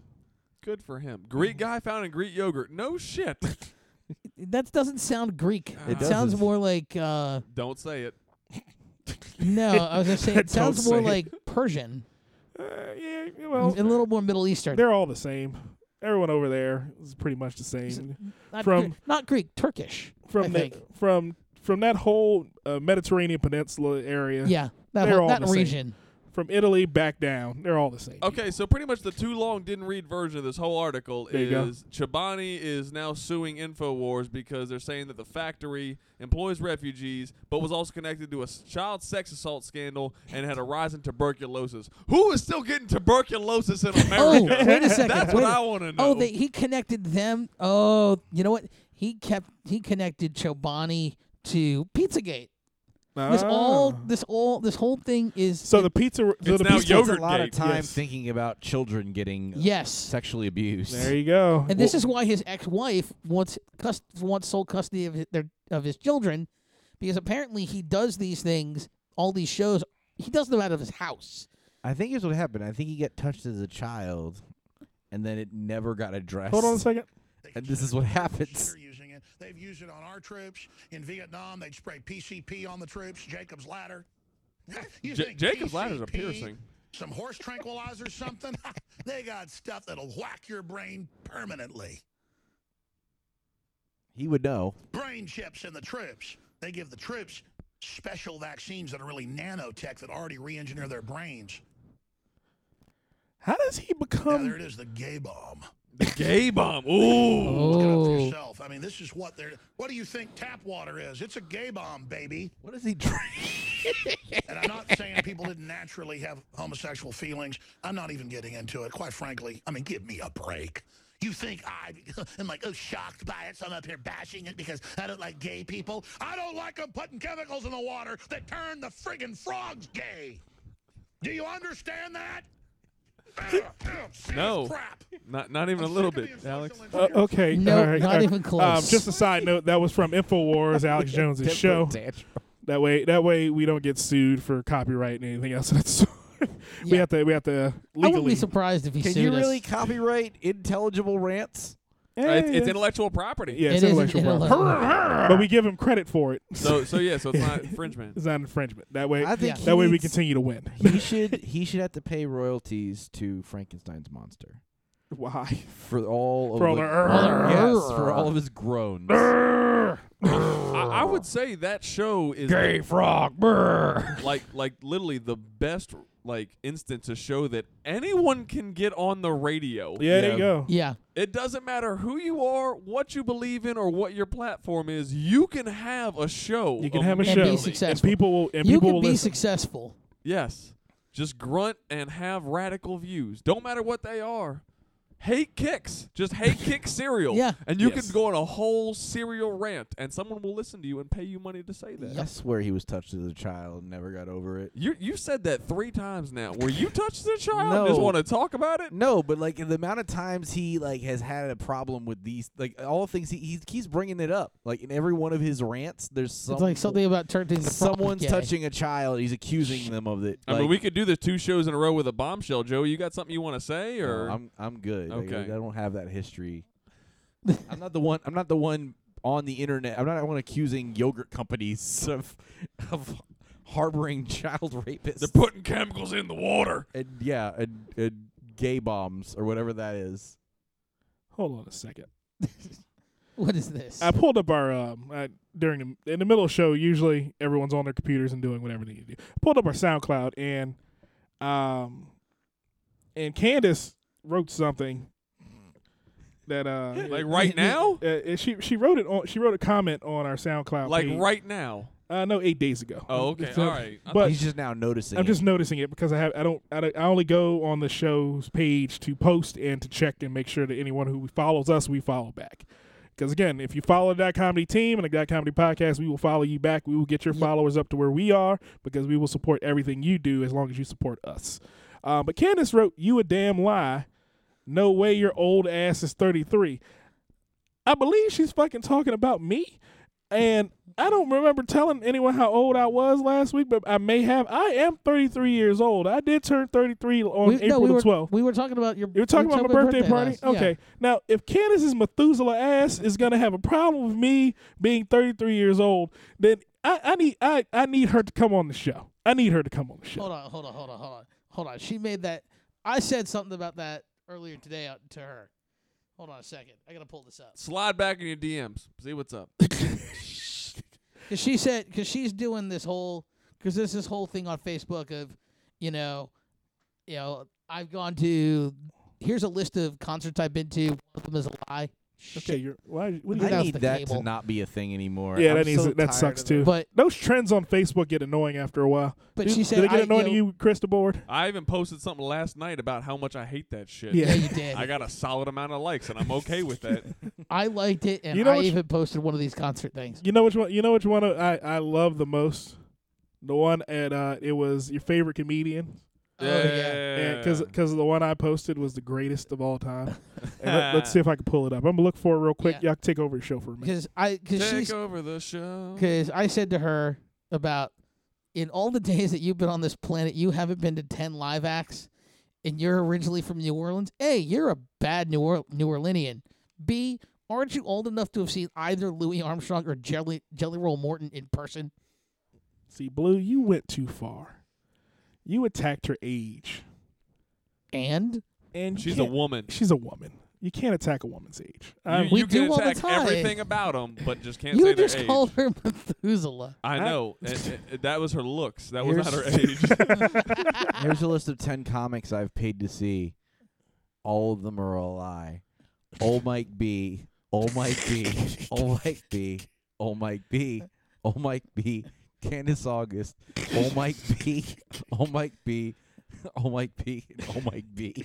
S6: Good for him. Greek guy found in Greek yogurt. No shit.
S5: that doesn't sound Greek.
S6: It
S5: It sounds
S4: doesn't.
S5: more like uh,
S6: Don't say it.
S5: no. I was gonna say
S1: Don't
S5: it sounds more
S1: say it.
S5: like Persian,
S1: Uh, yeah,
S5: a
S1: well,
S5: little more Middle Eastern.
S1: they're all the same. Everyone over there is pretty much the same.
S5: Not
S1: from-
S5: Greek- not Greek, Turkish. I
S1: From the,
S5: think.
S1: from from that whole uh, Mediterranean peninsula area,
S5: yeah, that
S1: They're
S5: whole-
S1: all
S5: that
S1: the same.
S5: region.
S1: from Italy back down, they're all the same.
S6: Okay, so pretty much the too long didn't read version of this whole article
S1: There you go.
S6: is Chobani is now suing InfoWars because they're saying that the factory employs refugees but was also connected to a s- child sex assault scandal and had a rise in tuberculosis. Who is still getting tuberculosis in
S5: Oh,
S6: America?
S5: wait a second.
S6: That's what
S5: wait a-
S6: I want to know.
S5: Oh, they, he connected them. Oh, you know what? He kept he connected Chobani to Pizzagate. This all
S1: Ah.
S5: this all this whole thing is
S1: so the pizza. So
S6: It's
S1: the
S6: now
S1: pizza,
S6: yogurt
S4: a lot
S6: gate,
S4: of time
S1: yes.
S4: thinking about children getting
S5: yes.
S4: sexually abused.
S1: There you go.
S5: And this is why his ex-wife wants cus- wants sole custody of his, their of his children because apparently he does these things, all these shows he does them out of his house.
S4: I think here's what happened. I think he got touched as a child, and then it never got addressed.
S1: Hold on a second.
S4: And this is what happens.
S11: They're using it. They've used it on our troops in Vietnam. They'd spray PCP on the troops. Jacob's Ladder. You
S6: Ja-
S11: think
S6: Jacob's Ladder is a
S11: PCP,
S6: piercing.
S11: Some horse tranquilizer, something. they got stuff that'll whack your brain permanently.
S4: He would know.
S11: Brain chips in the troops. They give the troops special vaccines that are really nanotech that already re-engineer their brains.
S1: How does he
S11: Now,
S6: Um,
S1: become
S11: there it is, the gay bomb.
S6: The gay bomb. Ooh.
S11: Look it up for
S5: Oh,
S11: yourself. I mean, this is what they're. What do you think tap water is? It's a gay bomb, baby.
S4: What does he drink?
S11: And I'm not saying people didn't naturally have homosexual feelings. I'm not even getting into it. Quite frankly, I mean, give me a break. You think I am like, oh, shocked by it, so I'm up here bashing it because I don't like gay people? I don't like them putting chemicals in the water that turn the friggin' frogs gay. Do you understand that? Oh, Ugh, ugh, serious
S6: No.
S11: Crap.
S6: Not not even a
S11: I'm
S6: little
S11: sick of
S6: bit,
S11: being
S6: Alex.
S11: social
S1: Uh,
S11: engineer.
S1: okay.
S5: No,
S1: all right,
S5: not
S1: all right.
S5: even
S1: Um,
S5: close.
S1: just a side note, that was from Infowars, Alex Jones's show. That way, that way we don't get sued for copyright and anything else. That's we
S5: Yeah.
S1: have to, we have to
S5: I wouldn't
S1: legally.
S5: be surprised if he
S4: Can
S5: sued
S4: you really
S5: us.
S4: copyright intelligible rants?
S1: Eh,
S6: Uh, it's, it's
S1: yeah.
S6: intellectual property.
S1: Yeah, it's
S5: It is
S1: intellectual
S5: intellectual.
S1: property. but we give him credit for it.
S6: So so yeah, so it's not infringement.
S1: it's not infringement. That way,
S4: I think
S5: Yeah.
S1: that way we
S4: he's-
S1: continue to win.
S4: He should he should have to pay royalties to Frankenstein's monster
S1: Why?
S4: for all
S1: For all
S4: of
S1: the-
S4: yes for all of his groans.
S6: I, I would say that show is
S9: Gay frog. Brr.
S6: like like literally the best like instance to show that anyone can get on the radio.
S1: Yeah, there you go.
S5: Yeah.
S6: It doesn't matter who you are, what you believe in, or what your platform is. You can have a show.
S1: You can have a
S5: And
S1: show.
S5: be successful.
S1: And people will. And
S5: you
S1: people
S5: can
S1: will
S5: be
S1: listen.
S5: successful.
S6: Yes. Just grunt and have radical views. Don't matter what they are. Hate kicks. Just hate kick cereal.
S5: Yeah.
S6: And you
S3: Yes.
S6: can go on a whole cereal rant and someone will listen to you and pay you money to say that.
S4: I swear he was touched as a child and never got over it.
S6: You you said that three times now. Were you touched as a child?
S4: No.
S6: Just want to talk about it?
S4: No, but like the amount of times he like has had a problem with these, like all things he, he keeps bringing it up. Like in every one of his rants, there's some,
S5: it's like something about turning the
S4: someone's touching a child. He's accusing them of it.
S6: I mean, we could do the two shows in a row with a bombshell, Joey. You got something you want to say, or
S4: I'm I'm good. Like,
S6: Okay.
S4: I don't have that history. I'm not the one. I'm not the one on the internet. I'm not the one accusing yogurt companies of of harboring child rapists.
S6: they're putting chemicals in the water?
S4: and yeah, and, and gay bombs or whatever that is.
S1: Hold on a second.
S5: What is this?
S1: I pulled up our um I, during the in the middle of the show. Usually everyone's on their computers and doing whatever they need to do. I pulled up our SoundCloud and um and Candace wrote something that uh
S6: Like right now?
S1: uh, and she she wrote it on she wrote a comment on our SoundCloud
S6: Like
S1: page.
S6: right now?
S1: uh no eight days ago.
S6: Oh, okay.
S1: So-
S6: All right. I
S1: But
S4: He's just now noticing.
S1: I'm
S4: it.
S1: just noticing it because I have I don't I, don't- I only go on the show's page to post and to check and make sure that anyone who follows us we follow back. Because again, if you follow that comedy team and the Dot comedy podcast, we will follow you back. We will get your followers up to where we are because we will support everything you do as long as you support us. Uh, but Candace wrote, "You a damn lie. No way your old ass is 33." I believe she's fucking talking about me. And I don't remember telling anyone how old I was last week, but I may have. I am 33 years old. I did turn 33 on
S5: we,
S1: April
S5: no, we
S1: the
S5: were,
S1: 12th.
S5: We were talking about your.
S1: You were talking
S5: we
S1: about my birthday, party?
S5: last- yeah.
S1: Okay. Now, if Candace's Methuselah ass is gonna have a problem with me being 33 years old, then I, I need I, I need her to come on the show. I need her to come on the show.
S5: Hold on, hold on, hold on, hold on, hold on. She made that. I said something about that earlier today out to her. Hold on a second. I gotta pull this up.
S6: Slide back in your DMs. See what's up.
S5: Cause she said, cause she's doing this whole, cause there's this whole thing on Facebook of, you know, you know, I've gone to. Here's a list of concerts I've been to. One of them is a lie.
S1: Okay, you're why what do
S5: Get
S1: you
S5: off
S4: I
S1: got?
S4: need
S5: the
S4: that
S5: cable.
S4: to not be a thing anymore.
S1: Yeah,
S4: I'm
S1: that needs
S4: so
S1: that
S4: tired
S1: sucks
S4: of it.
S1: too.
S5: But
S1: Those trends on Facebook get annoying after a while.
S5: but
S1: Did-
S5: she said,
S1: did it get
S5: I,
S1: annoying
S5: you know-
S1: to you, Chris DeBoard?
S6: I even posted something last night about how much I hate that shit.
S1: Yeah.
S5: Yeah, you did.
S6: I
S5: I,
S6: got a solid amount of likes, and I'm okay with that.
S5: liked it, and
S1: You know
S5: I
S1: what's-
S5: even posted one of these concert things.
S1: You know which one? You know which one I I love the most? The one at uh, it was your favorite comedian.
S5: Oh, yeah.
S1: because because the one I posted was the greatest of all time. And let, us see if I can pull it up. I'm gonna look for it real quick.
S5: Yeah.
S1: Y'all can take over the show for a minute.
S5: Because I, cause
S6: Take
S5: she's,
S6: over the show.
S5: Because I said to her about in all the days that you've been on this planet, you haven't been to 10 live acts, and you're originally from New Orleans. A, you're a bad New, or- New Orleanian. B, aren't you old enough to have seen either Louis Armstrong or Jelly, Jelly Roll Morton in person?
S1: See, Blue, you went too far. You attacked her age,
S5: And
S1: and you
S6: She's a
S1: can't-
S6: woman.
S1: She's a woman. You can't attack a woman's age.
S6: You,
S1: I'm-
S5: Uh, We
S6: you can
S5: do all the
S6: attack
S5: time.
S6: everything about them, but just can't say
S5: you
S6: their
S5: just
S6: age.
S5: called her Methuselah.
S6: I
S1: I-
S6: know. And- and that was her looks. That was not her
S4: Here's-
S6: age.
S4: Here's a list of ten comics I've paid to see. All of them are a lie. Old Mike B. Old Mike B. Old Mike B. Old Mike B. Old Mike B. Candace August. Old Mike B. Old Mike B. Old Mike B. and Old Mike B.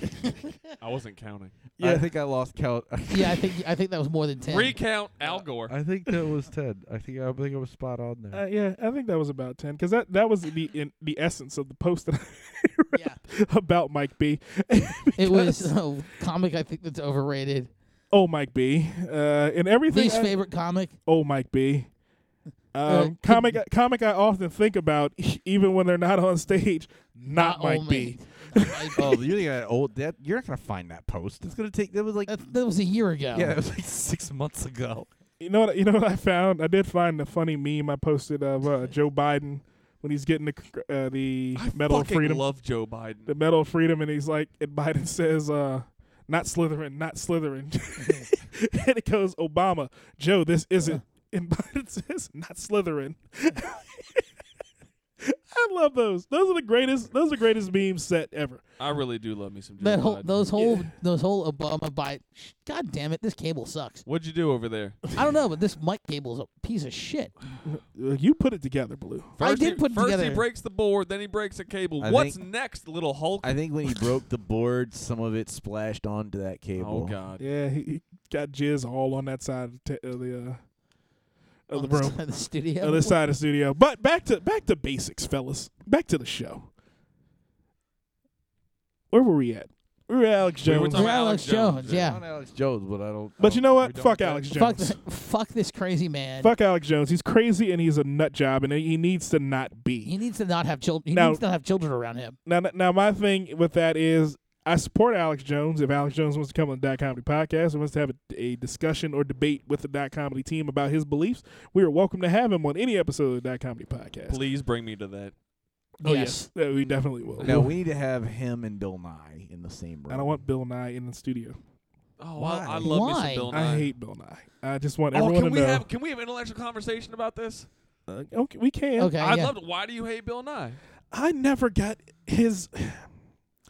S6: I wasn't counting.
S1: Yeah.
S4: I think I lost count.
S5: yeah, I think I think that was more than 10.
S6: Recount Al Gore.
S9: I think that was ten. I think I think I was spot on there.
S1: uh, yeah, I think that was about ten because that, that was the in, the essence of the post that I wrote
S5: Yeah.
S1: about Mike B.
S5: It was a comic I think that's overrated.
S1: oh Mike B. Uh, and everything.
S5: Least
S1: I-
S5: favorite comic?
S1: Oh, Mike B. Um,
S5: Uh,
S1: comic, comic I often think about, even when they're not on stage. Not,
S5: Old
S1: Mike B.
S5: Mate. Not Mike B.
S4: Oh, you think that old? That you're not gonna find that post. It's gonna take. That was like.
S5: That, that was a year ago.
S4: Yeah, it was like six months ago.
S1: You know what? You know what I found? I did find a funny meme I posted of uh, Joe Biden when he's getting the cr- uh, the
S6: I
S1: Medal of
S6: fucking
S1: Freedom.
S6: love Joe Biden.
S1: the Medal of Freedom, and he's like, and Biden says, uh, "Not Slytherin, not Slytherin," and it goes, "Obama, Joe, this isn't." And Biden says, "Not Slytherin." I love those. Those are the greatest. Those are the greatest memes set ever.
S6: I really do love me some Joe
S5: That whole,
S6: Biden.
S5: those whole, those whole Obama bite. God damn it! This cable sucks.
S6: What'd you do over there?
S5: I don't know, but this mic cable is a piece of shit.
S1: Uh, You put it together, Blue.
S5: I
S6: First
S5: did
S6: he,
S5: put it
S6: first he
S5: together.
S6: breaks the board, then he breaks a cable.
S4: I
S6: What's
S4: think-
S6: next, little Hulk?
S4: I think when he broke the board, some of it splashed onto that
S6: oh
S4: cable.
S6: God!
S1: Yeah, he, he got jizz all on that side of, the ta- of the uh, of
S5: On
S1: the
S5: the
S1: room,
S5: side of the studio.
S1: on Oh, this side of the studio. But back to back to basics, fellas. Back to the show. Where were we at? We were at Alex
S6: We were
S1: Jones.
S6: talking about
S5: Alex Jones, yeah.
S4: Not Alex Jones, but I don't.
S1: but you know
S9: we
S1: what?
S9: don't
S1: Fuck
S9: get
S1: Alex
S9: it.
S1: Jones.
S5: Fuck, th- fuck this crazy man.
S1: Fuck Alex Jones. He's crazy and he's a nut job, and he needs to not be.
S5: He needs to not have children. He
S1: Now-
S5: needs to not have children around him.
S1: Now, now my thing with that is I support Alex Jones. If Alex Jones wants to come on the Dot Comedy Podcast and wants to have a, a discussion or debate with the Dot Comedy team about his beliefs, we are welcome to have him on any episode of the Dot Comedy Podcast.
S6: Please bring me to that.
S1: Oh, yes. Yeah, we definitely will.
S4: No, we need to have him and Bill Nye in the same room.
S1: I don't want Bill Nye in the studio.
S6: Oh,
S4: Why?
S6: I, I love me some
S5: Why?
S6: Bill Nye.
S1: I hate Bill Nye. I just want
S6: oh,
S1: everyone
S6: can
S1: to
S6: we
S1: know. Uh,
S6: have can we have intellectual conversation about this?
S1: okay, we can.
S5: Okay.
S6: I'd
S5: yeah.
S6: love to. Why do you hate Bill Nye?
S1: I never got his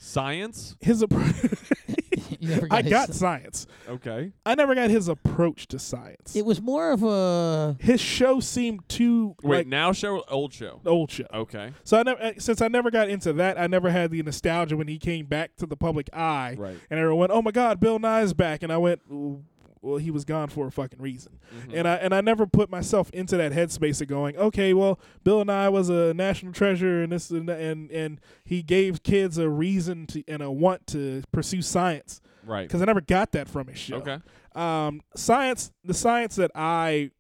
S6: Science.
S1: his approach.
S5: You never
S1: I
S5: his-
S1: got science.
S6: Okay.
S1: I never got his approach to science.
S5: It was more of a.
S1: his show seemed too
S6: Wait,
S1: like
S6: now show old show.
S1: old show.
S6: Okay.
S1: So I never, uh, since I never got into that, I never had the nostalgia when he came back to the public eye,
S6: Right.
S1: and everyone went, "Oh my God, Bill Nye's back!" And I went, "Ooh, "Well, he was gone for a fucking reason," and I and I never put myself into that headspace of going, "Okay, well, Bill Nye was a national treasure, and this and and, and he gave kids a reason to and a want to pursue science."
S6: Right.
S1: Because I never got that from his show.
S6: Okay.
S1: Um, science, the science that I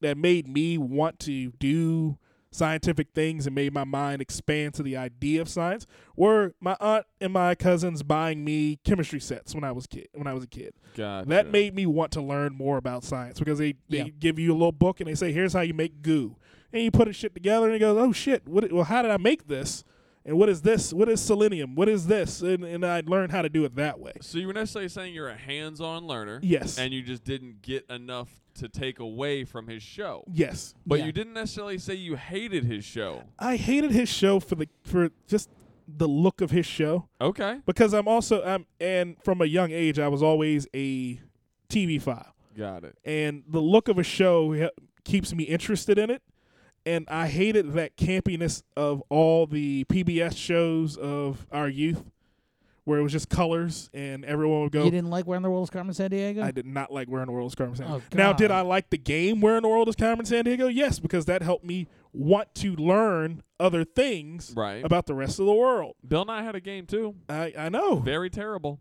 S1: that made me want to do scientific things and made my mind expand to the idea of science were my aunt and my cousins buying me chemistry sets when I was kid when I was a kid.
S6: Gotcha.
S1: That made me want to learn more about science because they, they
S5: Yeah.
S1: give you a little book and they say, here's how you make goo. And you put it shit together and it goes, oh shit, what, well, how did I make this? And what is this? What is selenium? What is this? And, and I learned how to do it that way.
S6: So you were necessarily saying you're a hands-on learner.
S1: Yes.
S6: And you just didn't get enough to take away from his show.
S1: Yes.
S6: But
S5: Yeah.
S6: you didn't necessarily say you hated his show.
S1: I hated his show for the for just the look of his show
S6: Okay.
S1: because I'm also I'm and from a young age I was always a TV file
S6: Got it.
S1: and the look of a show he- keeps me interested in it and I hated that campiness of all the PBS shows of our youth where it was just colors and everyone would go
S5: You didn't like Where in the World is Carmen San Diego?
S1: I did not like Where in the World is Carmen Sandiego.
S5: Oh,
S1: now, did
S5: God.
S1: I like the game Where in the World is Carmen Sandiego? Yes, because that helped me want to learn other things
S6: Right.
S1: about the rest of the world.
S6: Bill Nye had a game too.
S1: I, I know.
S6: Very terrible.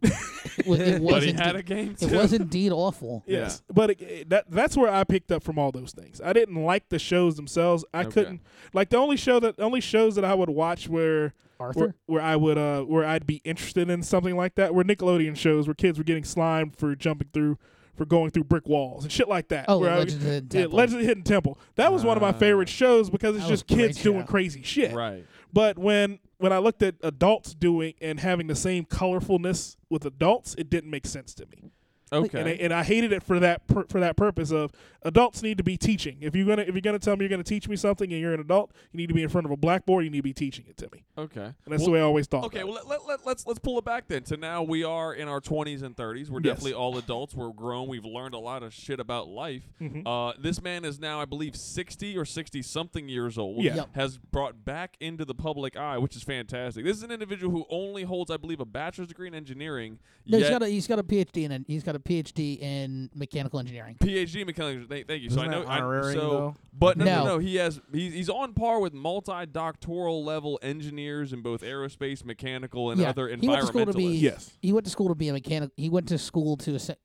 S5: it was, it was
S6: but he
S5: indeed,
S6: had a game too.
S5: it was indeed awful.
S1: yes, but it, it- that that's where I picked up from all those things. I didn't like the shows themselves. I
S6: Okay.
S1: couldn't like the only show that only shows that I would watch where where,
S5: Arthur?
S1: where I would uh where I'd be interested in something like that were Nickelodeon shows where kids were getting slimed for jumping through for going through brick walls and shit like that.
S5: Oh,
S1: where I-
S5: Legend of the
S1: Yeah,
S5: Temple.
S1: Legend of the Hidden Temple. That was one of my
S6: Ah.
S1: favorite shows because it's
S5: That was
S1: just
S5: a great
S1: kids doing
S5: show.
S1: crazy shit.
S6: Right.
S1: But when when I looked at adults doing and having the same colorfulness with adults, it didn't make sense to me.
S6: Okay.
S1: And I, and I hated it for that pur- for that purpose of adults need to be teaching. If you're gonna if you're gonna tell me you're gonna teach me something and you're an adult, you need to be in front of a blackboard. You need to be teaching it to me.
S6: okay.
S1: And that's the way I always thought.
S6: Okay,
S1: about
S6: well let, let, let, let's let's pull it back then. So now we are in our 20s and 30s. We're
S1: Yes.
S6: definitely all adults. We're grown. We've learned a lot of shit about life.
S1: Mhm.
S6: Uh, this man is now, I believe, 60 or 60 something years old.
S1: Yeah.
S5: Yep.
S6: Has brought back into the public eye, which is fantastic. This is an individual who only holds, I believe, a bachelor's degree in engineering.
S5: No, he's
S6: yet-
S5: got a he's got a PhD in an- he's got a PhD in mechanical engineering.
S6: PhD in mechanical. Thank, thank you. So
S4: Isn't
S6: I know.
S4: that
S6: I-
S4: honorary,
S6: so,
S4: though?
S6: but no, no,
S5: No.
S6: no. He has. He's, he's on par with multi-doctoral level engineers in both aerospace, mechanical, and
S5: Yeah,
S6: other
S5: he went to school to
S6: environmentalists.
S5: be-
S1: it. yes.
S5: He went to school to be a mechanic. He went to school to asse-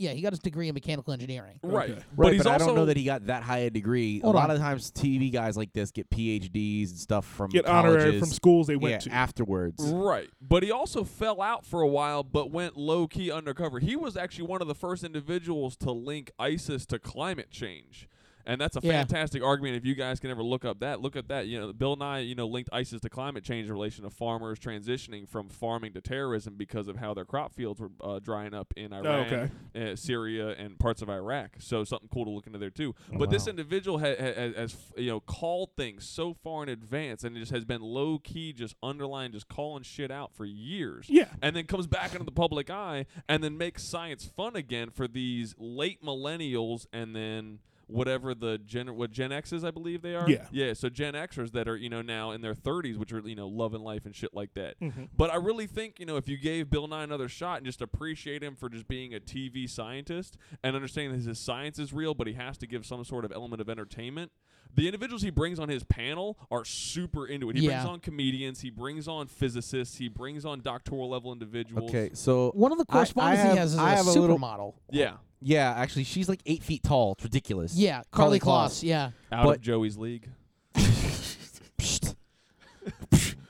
S5: yeah, he got his degree in mechanical engineering.
S6: Right.
S1: Okay.
S4: Right, but,
S6: he's
S4: I
S6: also
S4: don't know that he got that high a degree.
S5: Hold
S4: a lot
S5: on.
S4: of times, TV guys like this get PhDs and stuff from
S1: Get
S4: colleges.
S1: honorary from schools they
S4: yeah,
S1: went to.
S4: afterwards.
S6: Right. But he also fell out for a while, but went low key undercover. He was actually one of the first individuals to link ISIS to climate change. And that's a
S5: Yeah.
S6: fantastic argument. If you guys can ever look up that, look up that. You know, Bill Nye, you know, linked ISIS to climate change in relation to farmers transitioning from farming to terrorism because of how their crop fields were uh, drying up in Iraq,
S1: Oh, okay.
S6: uh, Syria, and parts of Iraq. So something cool to look into there too. But this individual ha- ha- ha- has, f- you know, called things so far in advance, and it just has been low key, just underlying, just calling shit out for years
S1: Yeah.
S6: and then comes back into the public eye and then makes science fun again for these late millennials and then whatever the gen what Gen X's I believe they are.
S1: Yeah.
S6: Yeah. So Gen Xers that are you know now in their 30s, which are you know loving life and shit like that. But I really think you know if you gave Bill Nye another shot and just appreciate him for just being a TV scientist and understanding that his science is real, but he has to give some sort of element of entertainment. The individuals he brings on his panel are super into it. He brings
S5: Yeah.
S6: on comedians, he brings on physicists, he brings on doctoral level individuals.
S4: Okay, so
S5: One of the
S4: I- I
S5: correspondents
S4: have-
S5: he has is
S4: I have
S5: a
S4: a little-
S5: supermodel.
S6: Yeah.
S4: yeah, actually, she's like eight feet tall. It's ridiculous.
S5: Yeah,
S4: Karlie
S5: Carly
S4: Kloss.
S5: Kloss. Yeah,
S6: Out of
S4: But-
S6: Joey's league.
S4: Psht.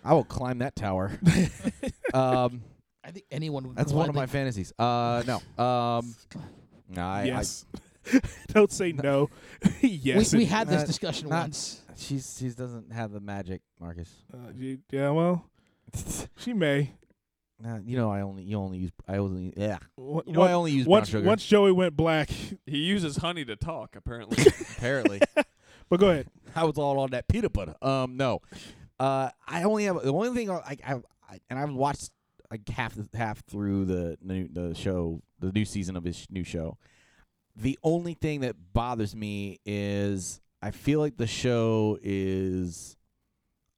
S4: I will climb that tower. um,
S5: I think anyone would.
S4: that's one of my
S5: gladly-
S4: fantasies. Uh, no. Um, I,
S1: yes. Don't say no. yes.
S5: we, we
S1: it-
S5: had this
S4: Uh,
S5: discussion
S4: not-
S5: once.
S4: I, she's she doesn't have the magic, Marcus.
S1: uh, you- yeah. Well, she may.
S4: Nah, Uh, you know, I only you only use I only yeah.
S1: Wha-
S4: You know, I
S1: once-
S4: only use brown
S1: once,
S4: sugar.
S1: once Joey went black,
S6: He uses honey to talk, apparently.
S4: Apparently,
S1: but go ahead.
S4: I was all on that peanut butter. Um, no, uh, I only have the only thing I, I, I and I've watched like half the, half through the new the show the new season of his sh- new show. The only thing that bothers me is I feel like the show is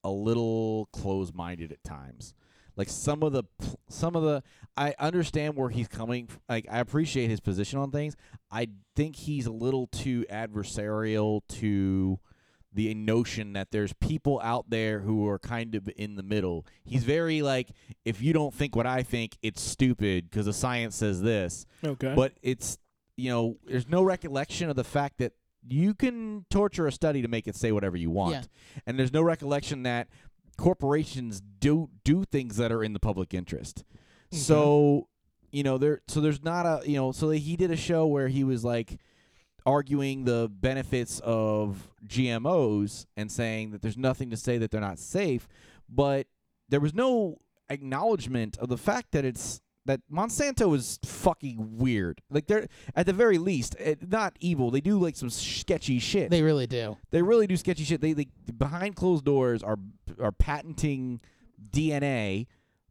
S4: a little close minded at times. Like some of the pl- some of the I understand where he's coming. f- Like I appreciate his position on things. I think he's a little too adversarial to the notion that there's people out there who are kind of in the middle. He's very like, if you don't think what I think, it's stupid because the science says this.
S1: Okay.
S4: But it's, you know, there's no recollection of the fact that you can torture a study to make it say whatever you want. And there's no recollection that corporations do do things that are in the public interest. So, you know, there so there's not a, you know, so he did a show where he was like arguing the benefits of GMOs and saying that there's nothing to say that they're not safe, but there was no acknowledgement of the fact that it's that Monsanto is fucking weird. Like they're at the very least eh, not evil. They do like some sketchy shit.
S5: They really do.
S4: They really do sketchy shit. They, they behind closed doors are are patenting DNA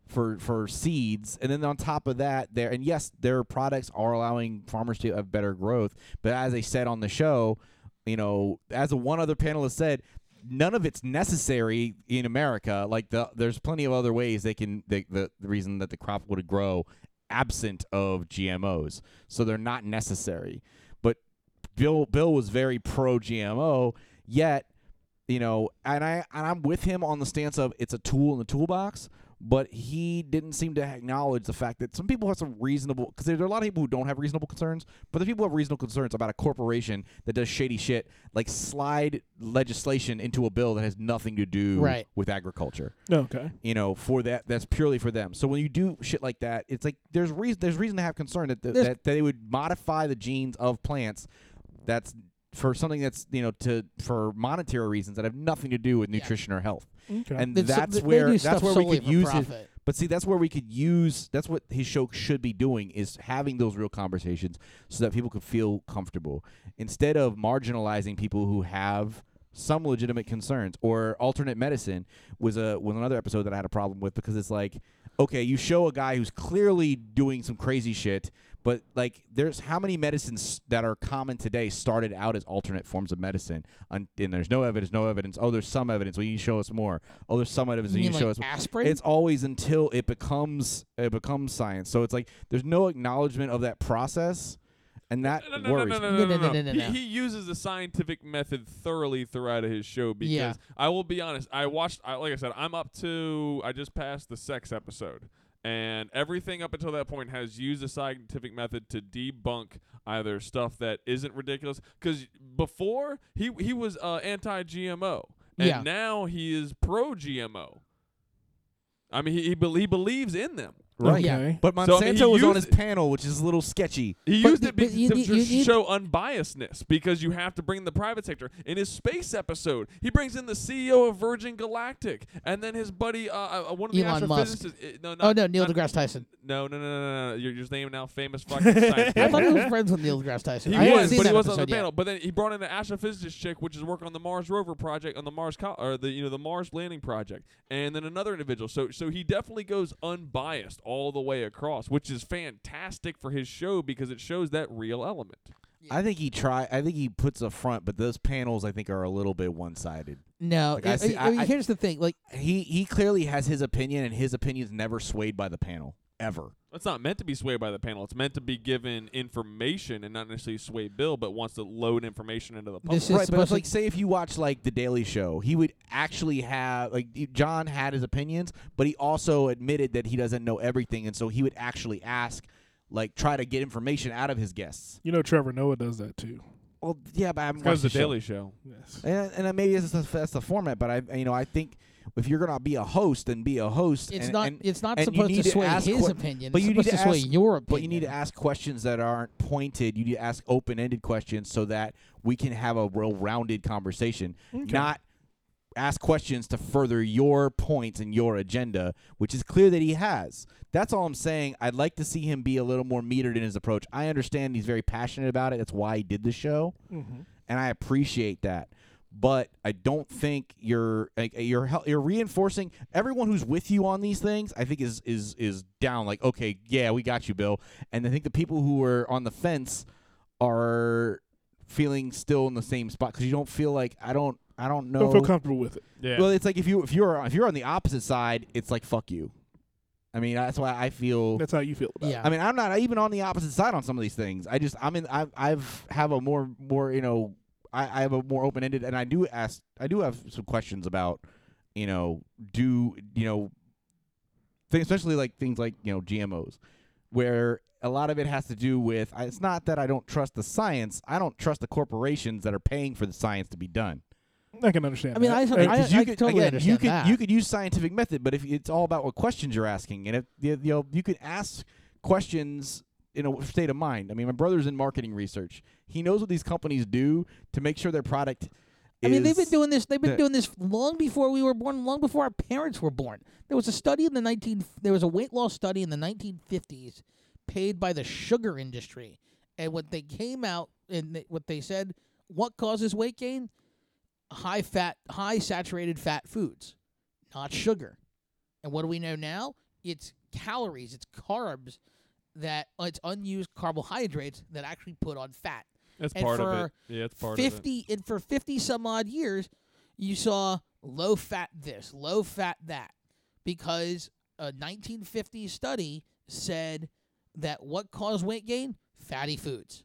S4: for for seeds, and then on top of that, there and yes, their products are allowing farmers to have better growth. But as they said on the show, you know, as one other panelist said, none of it's necessary in America. Like the there's plenty of other ways they can they, the the reason that the crop would grow absent of GMOs, so they're not necessary. But Bill Bill was very pro GMO, yet you know, and I and I'm with him on the stance of it's a tool in the toolbox, but he didn't seem to acknowledge the fact that some people have some reasonable because there are a lot of people who don't have reasonable concerns, but the people who have reasonable concerns about a corporation that does shady shit like slide legislation into a bill that has nothing to do
S5: Right.
S4: with agriculture
S1: okay.
S4: you know, for that. That's purely for them. So when you do shit like that, it's like there's reason there's reason to have concern that the,
S5: There's-
S4: that they would modify the genes of plants. That's for something that's you know to for monetary reasons that have nothing to do with nutrition or health.
S1: Okay.
S4: And
S5: It's-
S4: that's
S5: they
S4: where
S5: do
S4: that's
S5: stuff
S4: where
S5: solely
S4: we could
S5: for
S4: use his,
S5: profit.
S4: but see, that's where we could use. That's what his show should be doing is having those real conversations so that people could feel comfortable instead of marginalizing people who have some legitimate concerns. Or alternate medicine was a was another episode that I had a problem with because it's like, okay, you show a guy who's clearly doing some crazy shit. But like, there's how many medicines that are common today started out as alternate forms of medicine, and, and there's no evidence, no evidence. Oh, there's some evidence. Well, you need to show us more. Oh, there's some evidence.
S5: You
S4: you
S5: mean
S4: need to show
S5: like
S4: us. more.
S5: aspirin?
S4: It's always until it becomes it becomes science. So it's like there's no acknowledgement of that process, and that
S6: No, no, no,
S4: worries.
S6: no, no,
S4: me.
S6: no,
S5: No, no,
S6: no,
S5: no,
S6: no.
S5: no,
S6: He,
S5: no.
S6: he uses the scientific method thoroughly throughout his show because
S5: Yeah.
S6: I will be honest. I watched, I, like I said, I'm up to, I just passed the sex episode. And everything up until that point has used the scientific method to debunk either stuff that isn't ridiculous. Because before, he, he was uh, anti GMO. And
S5: Yeah.
S6: now he is pro GMO. I mean, he, he, bel he believes in them.
S4: Right.
S1: Okay.
S4: But
S6: So, I mean,
S4: Monsanto
S6: he
S4: was on his
S6: used-
S4: panel, which is a little sketchy.
S6: He
S5: But-
S6: used it
S5: but
S6: be-
S5: you
S6: to
S5: need-
S6: to
S5: you need-
S6: show unbiasedness because you have to bring the private sector. In his space episode, he brings in the CEO of Virgin Galactic and then his buddy, uh, uh, one of the
S5: Elon Musk.
S6: astrophysicists. uh, No,
S5: Oh
S6: not-
S5: no, Neil
S6: not-
S5: deGrasse Tyson.
S6: No, no, no, no, no, no. You're just naming out famous fucking scientists.
S5: I thought he was friends with Neil deGrasse Tyson.
S6: He
S5: I haven't
S6: was,
S5: seen
S6: but
S5: that
S6: he wasn't on
S5: episode
S6: the
S5: yet.
S6: panel. But then he brought in an astrophysicist chick, which is working on the Mars rover project, on the Mars co- or the you know the Mars landing project, and then another individual. So so he definitely goes unbiased all the way across, which is fantastic for his show because it shows that real element.
S4: I think he try. I think he puts a front, but those panels I think are a little bit one sided.
S5: No,
S4: Like, I
S5: I-
S4: see-
S5: I- I mean,
S4: I-
S5: here's the thing. Like,
S4: He he clearly has his opinion, and his opinion's never swayed by the panel ever.
S6: It's not meant to be swayed by the panel. It's meant to be given information and not necessarily sway Bill, but wants to load information into the public.
S5: This is-
S4: Oh, Right, but
S5: supposed
S4: it's
S5: to-
S4: like say if you watch like The Daily Show, he would actually have like y- John had his opinions, but he also admitted that he doesn't know everything, and so he would actually ask, like, try to get information out of his guests.
S1: You know, Trevor Noah does that too.
S4: Well, yeah, but I'm
S6: because the Daily Show.
S1: Yes.
S4: and, and then maybe it's just, that's the format. But I, you know, I think if you're gonna be a host, then be a host.
S5: it's
S4: and-
S5: not.
S4: and-
S5: it's not
S4: and you
S5: supposed
S4: need
S5: to sway
S4: ask
S5: his
S4: que-
S5: opinion.
S4: but
S5: it's
S4: you need
S5: supposed
S4: to
S5: sway
S4: ask-
S5: your opinion.
S4: But you need to ask questions that aren't pointed. You need to ask open-ended questions so that we can have a well-rounded conversation, not ask questions to further your points and your agenda, which is clear that he has. That's all I'm saying. I'd like to see him be a little more metered in his approach. I understand he's very passionate about it. That's why he did the show, and I appreciate that. But I don't think you're like, you're hel- you're reinforcing everyone who's with you on these things. I think is is is down. Like, okay, yeah, we got you, Bill. And I think the people who were on the fence are feeling still in the same spot because you don't feel like I don't I don't know.
S1: Don't feel comfortable with it.
S6: Yeah.
S4: Well, it's like if you if you're if you're on the opposite side, it's like fuck you. I mean, that's why I feel.
S1: That's how you feel about it.
S5: Yeah.
S4: I mean, I'm not even on the opposite side on some of these things. I just I'm in I've I've have a more more you know I, I have a more open ended and I do ask I do have some questions about you know do you know things especially like things like you know GMOs where a lot of it has to do with I- it's not that I don't trust the science I don't trust the corporations that are paying for the science to be done
S1: I can understand.
S5: I mean,
S1: that.
S5: I-
S1: And-
S5: I-
S4: because you could
S5: totally
S4: again, you
S5: understand
S4: could
S5: that.
S4: you could use scientific method, but if it's all about what questions you're asking, and if you you know you could ask questions in a state of mind. I mean, my brother's in marketing research. He knows what these companies do to make sure their product.
S5: I mean, they've been
S4: is-
S5: doing this. They've been
S4: that-
S5: doing this long before we were born, long before our parents were born. There was a study in the nineteen. There was a weight loss study in the nineteen fifties, paid by the sugar industry, and what they came out and they, what they said, what causes weight gain? High fat, high saturated fat foods, not sugar. And what do we know now? It's calories, it's carbs that it's unused carbohydrates that actually put on fat.
S6: That's
S5: and
S6: part of
S5: for
S6: it. Yeah, it's part of it.
S5: 50 and for 50 some odd years you saw low fat this low fat that because a 1950 study said that what caused weight gain fatty foods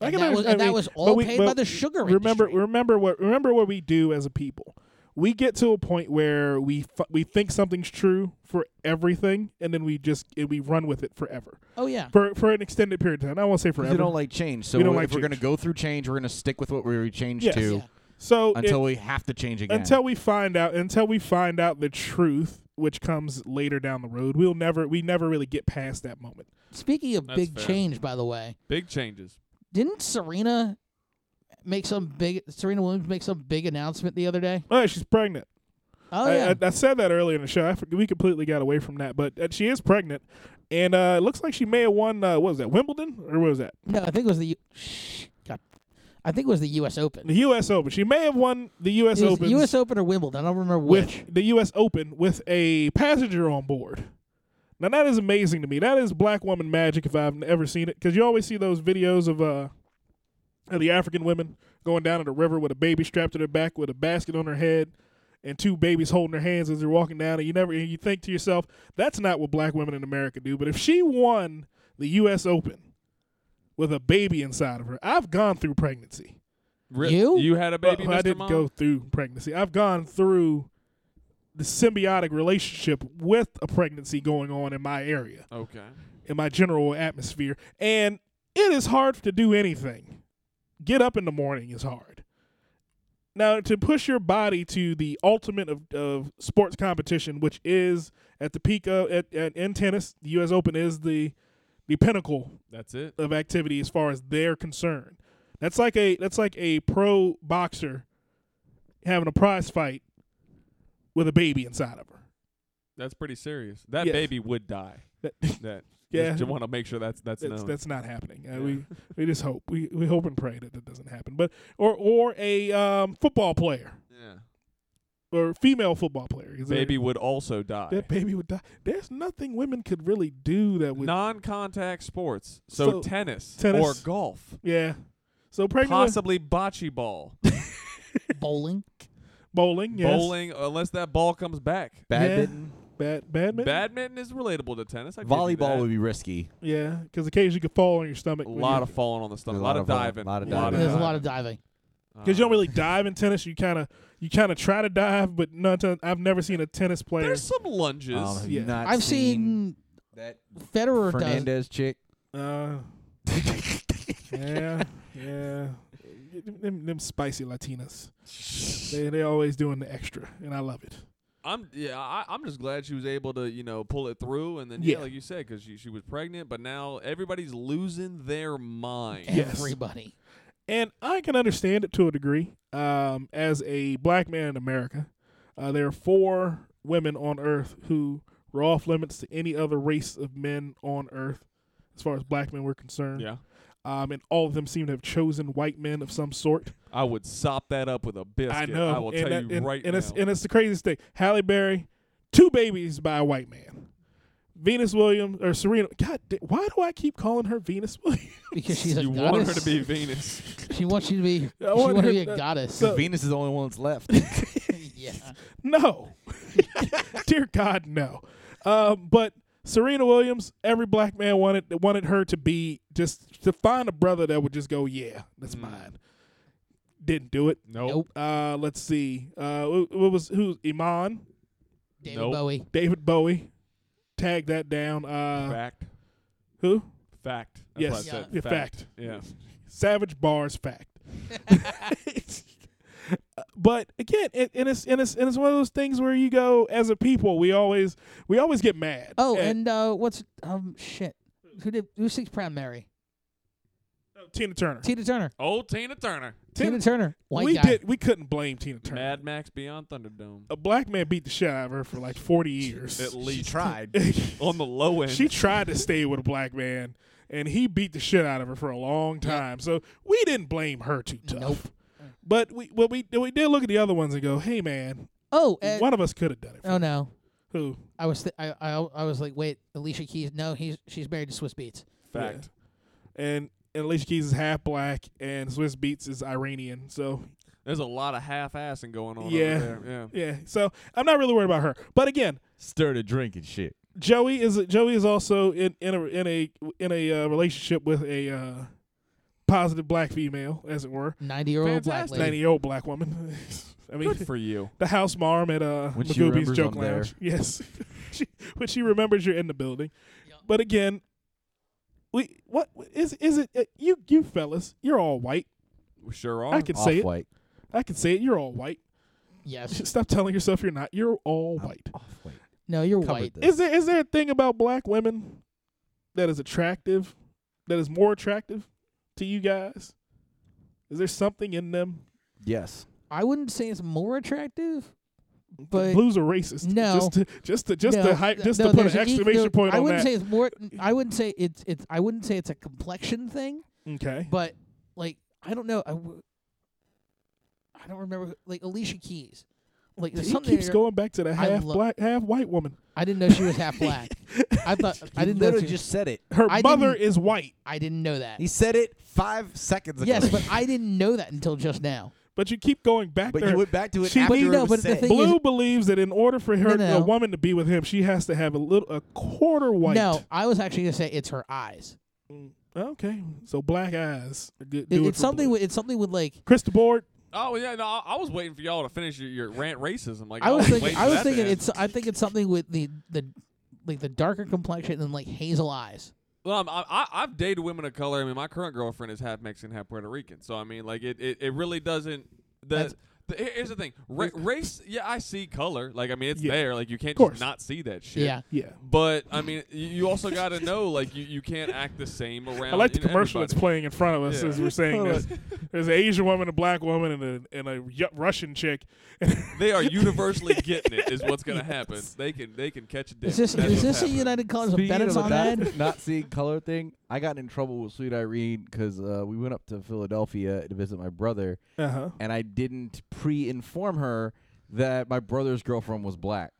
S1: I
S5: and
S1: can
S5: that, was,
S1: understand-
S5: and
S1: I
S5: that
S1: mean,
S5: was
S1: but
S5: all
S1: we-
S5: paid
S1: but
S5: by the sugar
S1: remember,
S5: industry.
S1: remember what remember what we do as a people. We get to a point where we f- we think something's true for everything, and then we just and we run with it forever
S5: oh yeah
S1: for for an extended period of time. I won't say
S4: 'cause
S1: forever.
S4: they don't like change. So
S1: We don't
S4: if
S1: like
S4: we're going to
S1: change.
S4: go through change, we're going to stick with what we were changed
S1: Yes.
S4: to
S5: Yeah.
S1: so it-
S4: until we have to change again.
S1: until we find out until we find out the truth, which comes later down the road. We'll never we never really get past that moment.
S5: speaking of
S6: That's
S5: big
S6: fair.
S5: change by the way
S6: Big changes.
S5: didn't serena make some big serena williams make some big announcement the other day
S1: Oh, she's pregnant.
S5: oh
S1: I,
S5: yeah
S1: I, I said that earlier in the show. I forg- we completely got away from that, but uh, she is pregnant, and uh, it looks like she may have won. Uh, what was that, Wimbledon, or what was that,
S5: no i think it was the U- shh, God. i think it was the us open
S1: the U.S. Open? She may have won the U.S.
S5: It was
S1: Open
S5: U.S. Open or Wimbledon. I don't remember
S1: with
S5: which.
S1: the U.S. Open with a passenger on board. Now that is amazing to me. That is black woman magic if I've ever seen it, because you always see those videos of uh, of the African women going down to the river with a baby strapped to their back with a basket on her head. And two babies holding their hands as they're walking down, and you never, and you think to yourself, that's not what black women in America do. But if she won the U.S. Open with a baby inside of her, I've gone through pregnancy.
S6: Re-
S5: You?
S6: You had a baby,
S1: Well,
S6: Mr.
S1: I didn't
S6: Mom?
S1: go through pregnancy. I've gone through the symbiotic relationship with a pregnancy going on in my area,
S6: Okay.
S1: in my general atmosphere, and it is hard to do anything. Get up in the morning is hard. Now, to push your body to the ultimate of, of sports competition, which is at the peak of at, at in tennis, the U.S. Open is the the pinnacle
S6: That's it.
S1: of activity as far as they're concerned. That's like a that's like a pro boxer having a prize fight with a baby inside of her.
S6: That's pretty serious. That
S1: Yes.
S6: baby would die.
S1: That,
S6: That
S1: Yeah.
S6: Just want to make sure that's that's
S1: that's
S6: known.
S1: that's not happening. Uh,
S6: Yeah.
S1: We we just hope we we hope and pray that that doesn't happen. But or or a um, football player
S6: yeah.
S1: or female football player. Is there-
S6: Baby would also die.
S1: that baby would die. There's nothing women could really do that would.
S6: Non-contact sports, so,
S1: So,
S6: tennis, or
S1: tennis.
S6: golf,
S1: Yeah. So pregnant wo-
S6: possibly bocce ball,
S5: Bowling.
S1: bowling, yes.
S6: bowling, unless that ball comes back.
S4: Badminton,
S1: Bad, badminton.
S6: Badminton is relatable to tennis. I give you
S4: volleyball
S6: that.
S4: would be risky.
S1: Yeah, because occasionally you could fall on your stomach.
S6: a lot of falling on the stomach,
S4: There's
S6: a lot of
S4: fall-
S6: diving,
S4: lot of
S5: Yeah,
S4: diving.
S5: There's a lot of diving.
S1: because you don't really dive in tennis. You kind of you kind of try to dive, but none. Ton, I've never seen a tennis player.
S6: Uh, There's some lunges.
S4: Um, have
S1: yeah.
S4: you not
S5: I've seen
S4: that
S5: Federer does.
S4: Fernandez chick?
S1: uh, yeah, yeah. Them, them spicy Latinas. They they always doing the extra, and I love it.
S6: I'm yeah. I, I'm just glad she was able to you know pull it through, and then yeah,
S1: Yeah.
S6: like you said, because she she was pregnant, but now everybody's losing their mind.
S1: Yes.
S5: Everybody.
S1: and I can understand it to a degree. Um, as a black man in America, uh, there are four women on Earth who were off limits to any other race of men on Earth, as far as black men were concerned.
S6: Yeah.
S1: Um, and all of them seem to have chosen white men of some sort.
S6: I would sop that up with a biscuit.
S1: I know.
S6: I will
S1: and
S6: tell
S1: that-
S6: you
S1: and-
S6: right
S1: and
S6: now.
S1: It's, and it's the craziest thing. Halle Berry, two babies by a white man. Venus Williams or Serena. God, da- why do I keep calling her Venus Williams?
S5: Because she's a
S6: you
S5: goddess.
S6: want her to be Venus.
S5: She wants you to be. She
S1: I
S5: wants
S1: want
S5: her to
S1: her
S5: be a
S1: to-
S5: goddess.
S1: So-
S4: Venus is the only one that's left.
S5: yeah.
S1: No. Dear God, no. Um, but Serena Williams, every black man wanted wanted her to be just to find a brother that would just go, yeah,
S6: Mm.
S1: that's mine. Didn't do it.
S5: Nope.
S1: Uh, let's see. Uh, what, what was who's Iman,
S5: David
S6: Nope.
S5: Bowie.
S1: David Bowie, tag that down. Uh,
S6: fact.
S1: who?
S6: Fact. That's
S1: Yes.
S6: what I said.
S1: Yeah,
S6: Fact.
S1: fact.
S6: Yeah.
S1: Savage bars fact. Uh, but again, it, and it's and it's and it's one of those things where you go as a people, we always we always get mad.
S5: Oh, and uh, what's um shit? Who did who sings Proud Mary?
S1: Tina Turner.
S5: Tina Turner.
S6: Old Tina Turner.
S1: Tina-
S5: Tina, Turner. White
S1: we
S5: guy.
S1: did. We couldn't blame Tina Turner.
S6: Mad Max Beyond Thunderdome.
S1: A black man beat the shit out of her for like forty
S6: At
S1: years.
S4: she
S6: least
S4: tried.
S6: on the low end.
S1: she tried to stay with a black man, and he beat the shit out of her for a long time. So we didn't blame her too tough.
S5: Nope.
S1: But we, well, we, we did look at the other ones and go, "Hey, man,
S5: Oh, and,
S1: one of us could have done it." For
S5: oh no.
S1: Who?
S5: I was th- I, I I was like, wait, Alicia Keys. No, he's she's married to Swiss Beats.
S6: fact.
S1: And and Alicia Keys is half black, and Swiss Beats is Iranian. So
S6: There's a lot of half assing going on
S1: Yeah.
S6: over there. Yeah.
S1: yeah. So I'm not really worried about her. But again,
S4: Started drinking shit.
S1: Joey is Joey is also in in a in a in a uh, relationship with a uh, positive black female, as it were,
S5: Ninety year old black
S6: Fantastic.
S1: ninety
S5: lady.
S1: year old black woman. I mean,
S6: Good for you.
S1: the house marm at uh,
S4: When she
S1: Magooby's
S4: remembers
S1: Joke
S4: I'm there.
S1: Lounge. Yes, she, when she remembers you're in the building.
S5: Yep.
S1: But again, we what is is it? uh, You you fellas, you're all white.
S6: We Sure are.
S1: I can say it.
S4: white.
S1: I can say it. You're all white.
S5: Yes.
S1: Stop telling yourself you're not. You're all white.
S4: Off white.
S5: No, you're
S4: Covered
S5: white.
S4: this.
S1: Is there is there a thing about black women that is attractive, that is more attractive to you guys? Is there something in them?
S4: yes.
S5: I wouldn't say it's more attractive,
S1: The
S5: but
S1: Blues are racist.
S5: No.
S1: just to just to just
S5: no,
S1: to hype,
S5: th-
S1: just
S5: no,
S1: to put
S5: there's
S1: an
S5: e-
S1: exclamation
S5: no,
S1: point
S5: I
S1: on
S5: wouldn't
S1: that.
S5: say it's more. I wouldn't say it's it's. I wouldn't say it's a complexion thing,
S1: okay,
S5: but like I don't know. I, w- I don't remember who- like Alicia Keys. Like there's
S1: he
S5: something
S1: keeps
S5: there-
S1: going back to the
S5: I
S1: half
S5: lo-
S1: black, half white woman.
S5: I didn't know she was half black. I thought I
S4: You
S5: didn't know
S4: literally
S5: she,
S4: just said it.
S1: Her
S5: I
S1: mother
S5: didn't-
S1: is white,
S5: I didn't know that.
S4: He said it five seconds ago.
S5: Yes, but I didn't know that until just now.
S1: but you keep going back
S4: But
S1: there.
S4: you went back to it
S1: She-
S4: after
S1: But you
S4: it
S5: know,
S4: was
S5: but the
S4: said.
S5: thing-
S1: Blue
S5: is-
S1: believes that in order for her
S5: No, no.
S1: a woman to be with him, she has to have a little a quarter white.
S5: No, I was actually gonna say it's her eyes.
S1: Okay, so black eyes. are good-
S5: It-
S1: do it
S5: it's
S1: for
S5: something.
S1: Blue.
S5: With, it's something with like.
S1: Chris DeBoard.
S6: Oh yeah, no, I I was waiting for y'all to finish your, your rant racism. Like oh,
S5: I was thinking.
S6: waiting
S5: I
S6: for
S5: was
S6: that to
S5: thinking.
S6: end.
S5: It's. I think it's something with the the like the darker complexion and like hazel eyes.
S6: Well, I'm, I, I- I've dated women of color. I mean, my current girlfriend is half Mexican, half Puerto Rican. So I mean, like it, it, it really doesn't. The
S5: That's-
S6: The, here- here's the thing. Ra- race, yeah, I see color. Like, I mean, it's
S1: Yeah.
S6: there. Like, you can't
S1: course.
S6: just not see that shit.
S5: Yeah.
S1: Yeah.
S6: But I mean, you- you also got to know, like, you, you can't act the same
S1: I
S6: around.
S1: like the
S6: you know,
S1: commercial that's
S6: everybody.
S1: playing in front of us
S6: Yeah.
S1: as we're saying
S4: Hold
S1: this. There's an Asian woman, a black woman, and a and a Ru- Russian chick.
S6: They are universally getting it. Is what's gonna happen. They can they can catch a dick.
S5: Is this
S6: That's
S5: is
S6: what's
S5: this a
S6: happening.
S5: United Colors of
S4: Speaking of
S5: Benetton
S4: the
S5: ad?
S4: not, not seeing color thing, I got in trouble with Sweet Irene because uh, we went up to Philadelphia to visit my brother,
S1: Uh huh.
S4: and I didn't pre-inform her that my brother's girlfriend was black.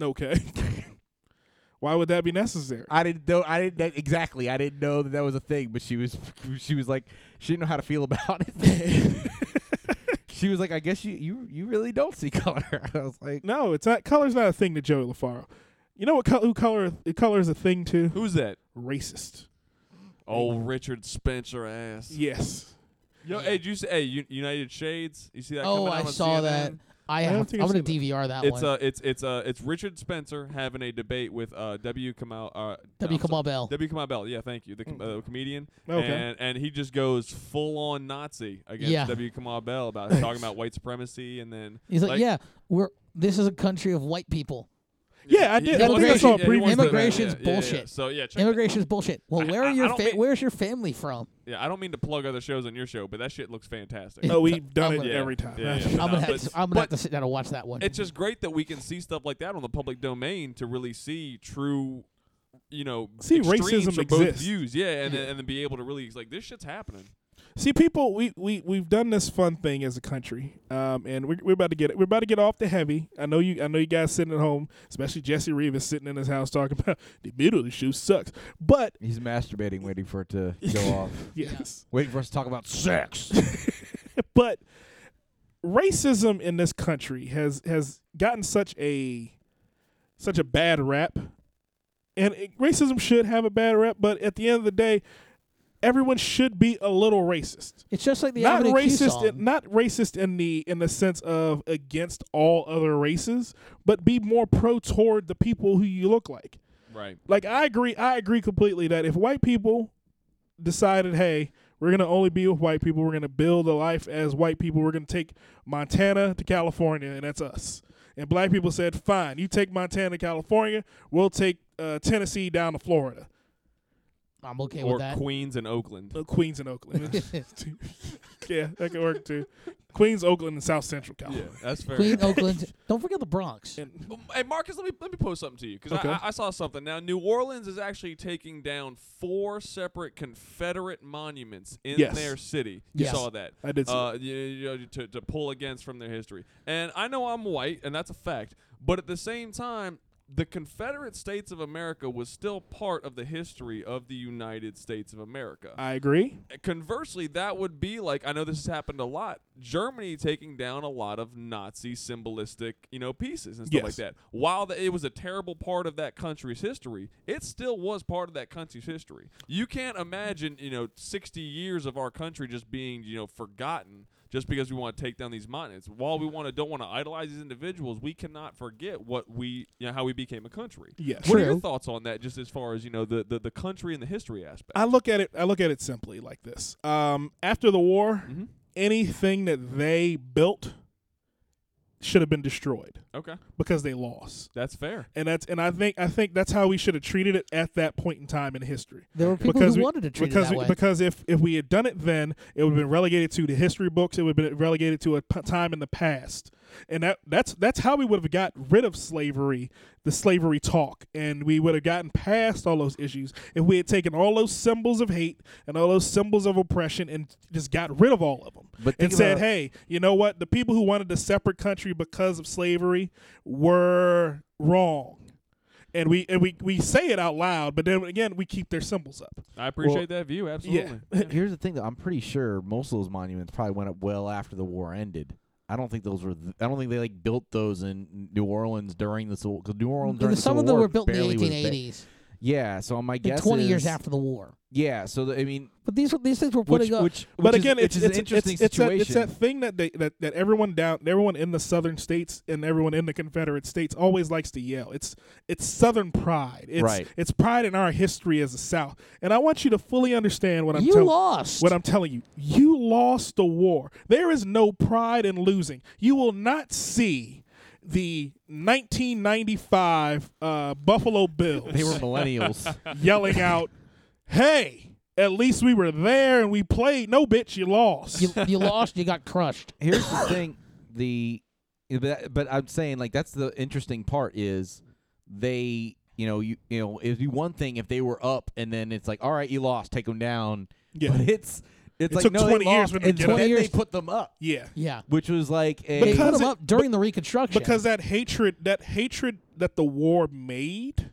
S1: Okay. Why would that be necessary?
S4: I didn't know. I didn't that, exactly. I didn't know that that was a thing, but she was she was like she didn't know how to feel about it. she was like, I guess you you you really don't see color. I was like,
S1: No, it's not. Color's not a thing to Joey LaFaro. You know what? Col- who color? Color is a thing to
S6: Who's that?
S1: racist.
S6: Oh, Richard Spencer ass.
S1: Yes.
S6: Yo, hey, did you see, hey, U- United Shades. You see that?
S5: Oh,
S6: coming out
S5: I
S6: on
S5: saw that.
S6: CNN?
S5: I
S1: don't
S5: have.
S1: think
S5: I'm
S1: I've
S5: gonna
S1: seen
S5: DVR that
S6: It's
S5: one.
S6: uh, it's it's uh, it's Richard Spencer having a debate with uh, W. Kamau. Uh,
S5: W.
S6: I'm so-
S5: Kamal Bell. Mm.
S6: W. Kamau Bell. Yeah, thank you, the com- uh, comedian.
S1: Okay.
S6: And and he just goes full on Nazi against
S5: Yeah.
S6: W. Kamau Bell about talking about white supremacy and then
S5: He's like,
S6: like-
S5: yeah, we're this is a country of white people.
S1: Yeah, I did. I think I
S5: Immigration-
S1: saw a
S5: yeah,
S1: preview.
S5: wants to- Immigration's
S6: yeah, yeah, yeah.
S5: bullshit.
S6: So yeah, check that.
S5: Immigration's bullshit. Well,
S6: I-
S5: where
S6: I-
S5: are
S6: I
S5: your
S6: don't
S5: fa-
S6: mean-
S5: where's your family from?
S6: yeah. I don't mean to plug other shows on your show, but that shit looks fantastic.
S1: Oh, we've done
S5: I'm
S1: it
S5: gonna-
S1: every time.
S6: Yeah, yeah. No,
S5: I'm gonna, have
S6: but-
S5: to, I'm gonna have
S6: but-
S5: to sit down and watch that one.
S6: it's just great that we can see stuff like that on the public domain to really see true you know
S1: See,
S6: extremes
S1: racism
S6: from both
S1: exists.
S6: views yeah and, then and then be able to really like this shit's happening
S1: See, people, we we we've done this fun thing as a country, um, and we're, we're about to get we're about to get off the heavy. I know you, I know you guys sitting at home, especially Jesse Reeves sitting in his house talking about the middle of the shoe sucks. But
S4: he's masturbating, waiting for it to go off,
S1: yes,
S4: waiting for us to talk about sex.
S1: but racism in this country has has gotten such a such a bad rap and it- racism should have a bad rap but at the end of the day everyone should be a little racist
S5: it's just like the
S1: not
S5: Avenue Q
S1: racist
S5: song.
S1: in, not racist in the in the sense of against all other races but be more pro toward the people who you look like
S6: right
S1: like I agree, I agree completely that if white people decided, hey, we're gonna only be with white people, we're gonna build a life as white people, we're gonna take Montana to California, and that's us. And black people said, fine, you take Montana, to California, we'll take uh, Tennessee down to Florida,
S5: I'm okay
S6: or
S5: with that.
S6: queens and oakland
S1: uh, Queens and Oakland. yeah, that could work too. Queens, Oakland, and South Central
S6: yeah
S1: California.
S6: that's fair
S5: Queen Oakland. Don't forget the Bronx.
S1: And
S6: Um, Hey Marcus, let me let me post something to you because
S1: Okay.
S6: I, I saw something. Now New Orleans is actually taking down four separate Confederate monuments in
S1: Yes.
S6: their city. You
S5: Yes.
S6: saw that.
S1: I did see
S6: uh, you, you know, to to pull against from their history. And I know I'm white, and that's a fact. But at the same time, the Confederate States of America was still part of the history of the United States of America
S1: I agree.
S6: conversely, that would be like I know this has happened a lot. Germany taking down a lot of Nazi symbolistic, you know, pieces and stuff like
S1: Yes.
S6: that. While the, it was a terrible part of that country's history, it still was part of that country's history. You can't imagine, you know, 60 years of our country just being, you know, forgotten just because we want to take down these monuments. While we want to don't want to idolize these individuals, we cannot forget what we, you know, how we became a country.
S1: Yes.
S6: What are your
S5: True.
S6: thoughts on that? Just as far as you know, the the, the country and the history aspect.
S1: I look at it. I look at it simply like this. Um, after the war,
S6: Mhm.
S1: anything that they built should have been destroyed
S6: okay,
S1: because they lost.
S6: that's fair.
S1: And that's and I think I think that's how we should have treated it at that point in time in history.
S5: There were people
S1: because
S5: who
S1: we-
S5: wanted to treat
S1: because
S5: it that
S1: we-
S5: way.
S1: because if if we had done it then, it would have been relegated to the history books. It would have been relegated to a p- time in the past. And that that's that's how we would have got rid of slavery, the slavery talk, and we would have gotten past all those issues if we had taken all those symbols of hate and all those symbols of oppression and just got rid of all of them
S4: But
S1: and
S4: think
S1: said,
S4: about-
S1: "Hey, you know what? The people who wanted a separate country because of slavery were wrong." And we and we, we say it out loud, but then again, we keep their symbols up.
S6: I appreciate that view. Absolutely.
S4: Here's the thing, though. I'm pretty sure most of those monuments probably went up well after the war ended. I don't think those were. Th- I don't think they like built those in New Orleans during the Civil because New Orleans during the
S5: Mm, some
S4: Civil
S5: of them
S4: War
S5: were built in the
S4: barely was ba-
S5: 1880s.
S4: Yeah, so my guess
S5: Like Twenty
S4: is,
S5: years after the war.
S4: Yeah, so the, I mean,
S5: But uh, these these things were
S4: which,
S5: putting
S4: which,
S5: up.
S4: which
S1: but
S4: is-
S1: again,
S4: which
S1: it's
S4: is
S1: it's
S4: an interesting
S1: it's, it's, that,
S4: situation.
S1: it's that thing that they that, that everyone down everyone in the southern states and everyone in the Confederate states always likes to yell. It's it's Southern pride. It's,
S4: Right.
S1: It's pride in our history as the South. And I want you to fully understand what I'm
S5: you
S1: telling.
S5: lost.
S1: What I'm telling you, you lost the war. There is no pride in losing. You will not see the 1995 uh, Buffalo Bills
S4: they were millennials.
S1: yelling out, "Hey, at least we were there and we played." No, bitch, you lost.
S5: you, you lost. You got crushed.
S4: Here's the thing, the but, but I'm saying like that's the interesting part is they you know you you know it'd be one thing if they were up and then it's like all right you lost take them down
S1: Yeah.
S4: but it's
S1: It
S4: it's like
S1: took
S4: no, they
S1: 20 years
S4: lost,
S1: for them to
S4: and
S1: get
S4: then
S1: up.
S4: they put them up
S1: yeah,
S5: Yeah.
S4: which was like a
S5: They put
S1: Because
S5: them
S1: it-
S5: up during the Reconstruction.
S1: because that hatred, that hatred that the war made,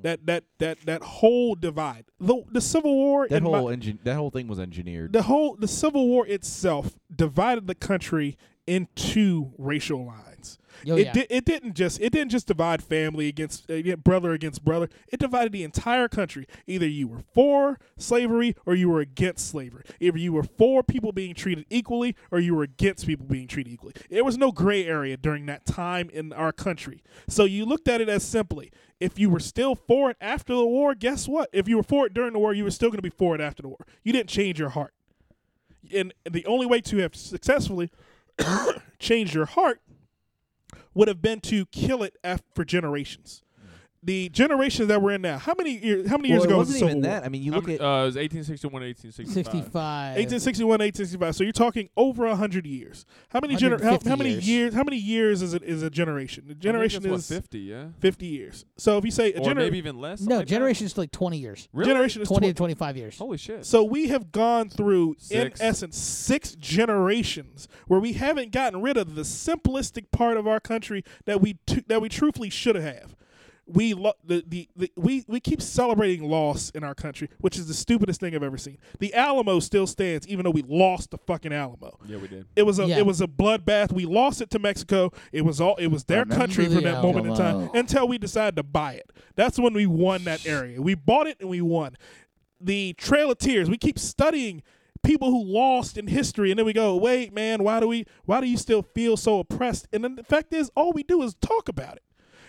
S1: that that that that whole divide, the the Civil War,
S4: that
S1: in my-
S4: whole engine that whole thing was engineered
S1: the whole the Civil War itself divided the country into racial lines.
S5: Oh,
S1: it
S5: yeah.
S1: di- it didn't just it didn't just divide family against uh, brother against brother. It divided the entire country. Either you were for slavery or you were against slavery. Either you were for people being treated equally or you were against people being treated equally. There was no gray area during that time in our country. So you looked at it as simply if you were still for it after the war, guess what? If you were for it during the war, you were still going to be for it after the war. You didn't change your heart. And the only way to have successfully changed your heart would have been to kill it af- for generations. The generations that we're in now, how many years, how many years
S4: well, it
S1: ago was the
S4: wasn't
S1: Civil
S4: even
S1: War?
S4: that I mean you
S6: How
S4: look
S6: many-
S4: at
S6: uh, it was 1861, 1865.
S5: 65.
S1: 1861, 1865. So you're talking over a hundred years. How many gener- how,
S5: 150
S1: how many
S5: years.
S1: years? How many years is it is a generation? The generation
S6: I think
S1: is
S6: it's, what, 50, yeah,
S1: 50 years. So if you say a
S6: or
S1: generation,
S6: maybe even less. something
S5: no,
S6: like that?
S5: generation's like 20 years.
S6: Really?
S1: generation is
S5: 20
S1: twen-
S5: to 25 years.
S6: Holy shit!
S1: So we have gone through,
S6: Six.
S1: in essence, six generations where we haven't gotten rid of the simplistic part of our country that we tu- that we truthfully should have. We lo- the, the, the we we keep celebrating loss in our country, which is the stupidest thing I've ever seen. The Alamo still stands, even though we lost the fucking Alamo.
S6: yeah, we did.
S1: It was a
S5: Yeah.
S1: it was a bloodbath. We lost it to Mexico. It was all it was their
S5: Remember
S1: country
S5: the
S1: from that moment in time
S5: Alamo.
S1: until we decided to buy it. That's when we won that area. We bought it and we won. The Trail of Tears. We keep studying people who lost in history and then we go, "Wait, man, why do we why do you still feel so oppressed?" And then the fact is all we do is talk about it.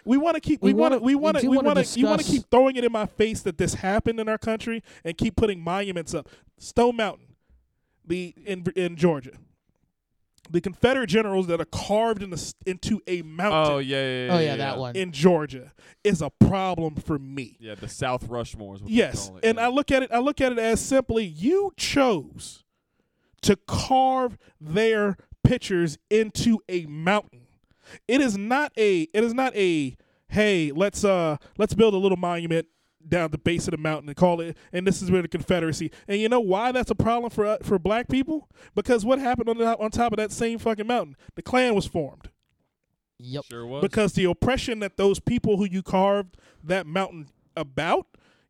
S1: We want to keep.
S5: We
S1: We want to.
S5: wanna-
S1: We
S5: we
S1: want to.
S5: do
S1: We
S5: wanna
S1: want to. You want to
S5: discuss-
S1: keep throwing it in my face that this happened in our country and keep putting monuments up. Stone Mountain, the in in Georgia, the Confederate generals that are carved in the, s- into a
S6: Oh
S1: mountain
S6: yeah, yeah, yeah
S5: oh, yeah, that one.
S1: in Georgia is a problem for me.
S6: Yeah, the South Rushmore is what they
S1: Yes,
S6: call it.
S1: and
S6: yeah.
S1: I look at it. I look at it as simply you chose to carve their pictures into a mountain. It is not a. It is not a. Hey, let's uh let's build a little monument down at the base of the mountain and call it. And this is where the Confederacy. And you know why that's a problem for uh, for black people? Because what happened on the, on top of that same fucking mountain? The Klan was formed
S5: yep.
S6: sure was.
S1: because the oppression that those people who you carved that mountain about,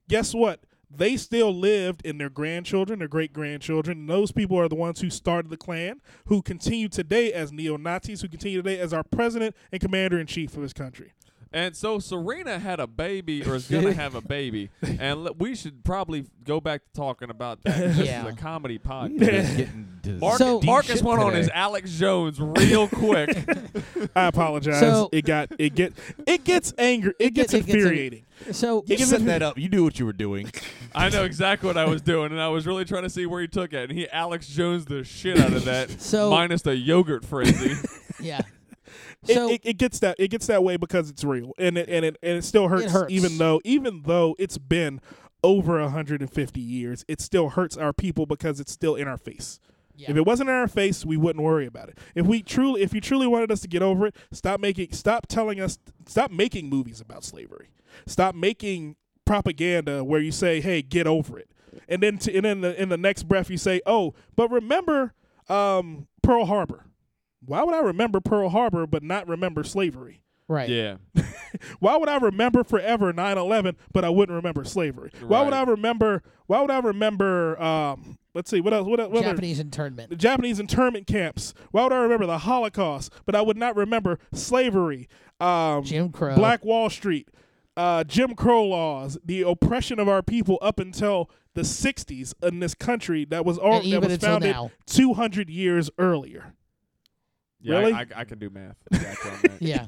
S1: guess what? They still lived in their grandchildren, their great grandchildren. Those people are the ones who started the Klan, who continue today as neo Nazis, who continue today as our president and commander in chief of this country.
S6: And so Serena had a baby, or is gonna have a baby, and l- we should probably go back to talking about that. This
S5: Yeah.
S6: is a comedy
S4: we were
S6: podcast.
S4: just getting to
S6: Marcus,
S5: So-
S4: deep
S6: Marcus
S4: shit
S6: went on
S4: today.
S6: his Alex Jones real quick.
S1: I apologize.
S5: So-
S1: it got it get it gets angry. It, gets,
S5: gets- it gets ang-
S1: infuriating.
S5: So,
S1: It
S4: you
S1: gets
S4: set
S1: infu-
S4: that up you knew what you were doing
S6: I know exactly what I was doing, and I was really trying to see where he took it. And he Alex Jones the shit out of that,
S5: So-
S6: minus the yogurt frenzy.
S5: yeah.
S1: it,
S5: So,
S1: it, it gets that it gets that way because it's real and it and it and it still hurts,
S5: hurts.
S1: even though even though it's been over 150 years it still hurts our people because it's still in our face
S5: Yeah.
S1: if it wasn't in our face we wouldn't worry about it if we truly if you truly wanted us to get over it stop making stop telling us stop making movies about slavery stop making propaganda where you say hey get over it and then to, and then the, in the next breath you say oh but remember um, pearl harbor why would I remember Pearl Harbor but not remember slavery?
S5: right.
S6: yeah,
S1: Why would I remember forever 9/11 but I wouldn't remember slavery? Why would
S6: Right.
S1: I remember? Why would I remember? Um, let's see, what else? What, el- what other-
S5: Japanese
S1: the
S5: internment.
S1: Japanese internment camps? Why would I remember the Holocaust but I would not remember slavery? Um,
S5: Jim Crow.
S1: Black Wall Street. uh, Jim Crow laws, the oppression of our people up until the 60s in this country that was all,
S5: And even
S1: that was
S5: until
S1: founded
S5: now.
S1: 200 years earlier.
S6: Yeah, I-
S1: Really?
S6: I, I can do math. Exactly on that.
S5: Yeah.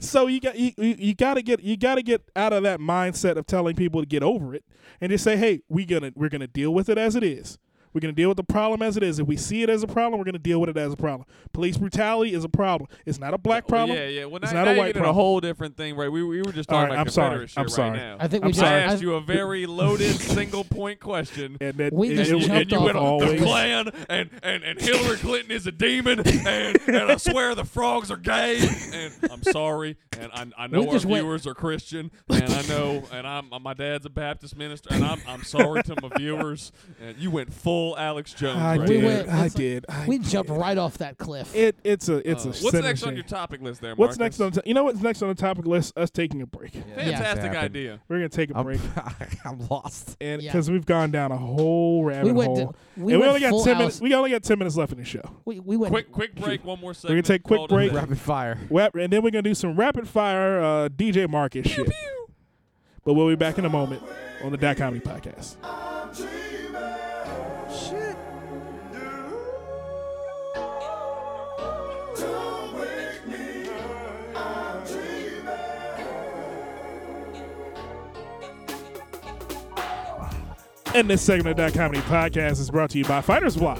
S1: So you got you, you, you got to get you got to get out of that mindset of telling people to get over it and just say, "Hey, we gonna we're gonna deal with it as it is. We're gonna deal with the problem as it is. If we see it as a problem, we're gonna deal with it as a problem. Police brutality is a problem. It's not a black problem.
S6: Oh, Yeah, yeah. Well,
S1: it's
S6: now,
S1: not
S6: now
S1: a
S6: you're
S1: white
S6: getting a
S1: problem.
S6: whole different thing, right? We, we were just
S1: All
S6: talking
S1: right,
S6: about
S1: I'm sorry.
S6: Confederate
S1: I'm
S6: shit
S1: sorry.
S6: right now.
S5: I think
S1: I'm
S5: we just,
S6: I
S1: sorry.
S6: asked
S5: I've-
S6: you a very loaded single point question.
S1: and that
S5: We
S1: it-
S5: just
S1: it-
S6: and, you-
S5: jumped
S6: and you
S5: off
S6: went on the
S1: always-
S6: plan, and, and, and Hillary Clinton is a demon, and, and I swear the frogs are gay, and I'm sorry, and I, I know
S5: We
S6: our
S5: just went-
S6: viewers are Christian, and I know, and I'm uh, my dad's a Baptist minister, and I'm I'm sorry to my viewers. And you went full Alex Jones.
S1: I
S6: right
S1: did.
S5: We
S6: there.
S5: went-
S1: I
S5: it's like-
S1: did. I
S5: we jumped
S1: did.
S5: right off that cliff.
S1: It it's a it's
S6: Uh,
S1: a.
S6: what's
S1: sin
S6: next
S1: and
S6: on
S1: shame.
S6: your topic list there,
S1: What's
S6: Marcus?
S1: next on? the- you know what's next on the topic list? Us taking a break.
S5: Yeah.
S6: Fantastic
S4: Happened.
S6: idea.
S1: We're gonna take a
S4: I'm,
S1: break,
S4: I'm lost.
S1: and
S5: Yeah.
S1: because we've gone down a whole rabbit
S5: we went.
S1: hole,
S5: To, we,
S1: and we
S5: went
S1: only got
S5: full
S1: ten
S5: Alice-
S1: minutes. We only got ten minutes left in the show.
S5: We, we went.
S6: Quick, quick break. One more
S1: gonna
S6: segment.
S1: take quick
S6: call it a
S1: break.
S6: day.
S4: Rapid fire.
S1: Wap- and then we're gonna do some rapid fire uh, DJ Marcus shit. But we'll be back in a moment on the Dot Comedy Podcast. And this segment of Dot Comedy Podcast is brought to you by Fighters Block.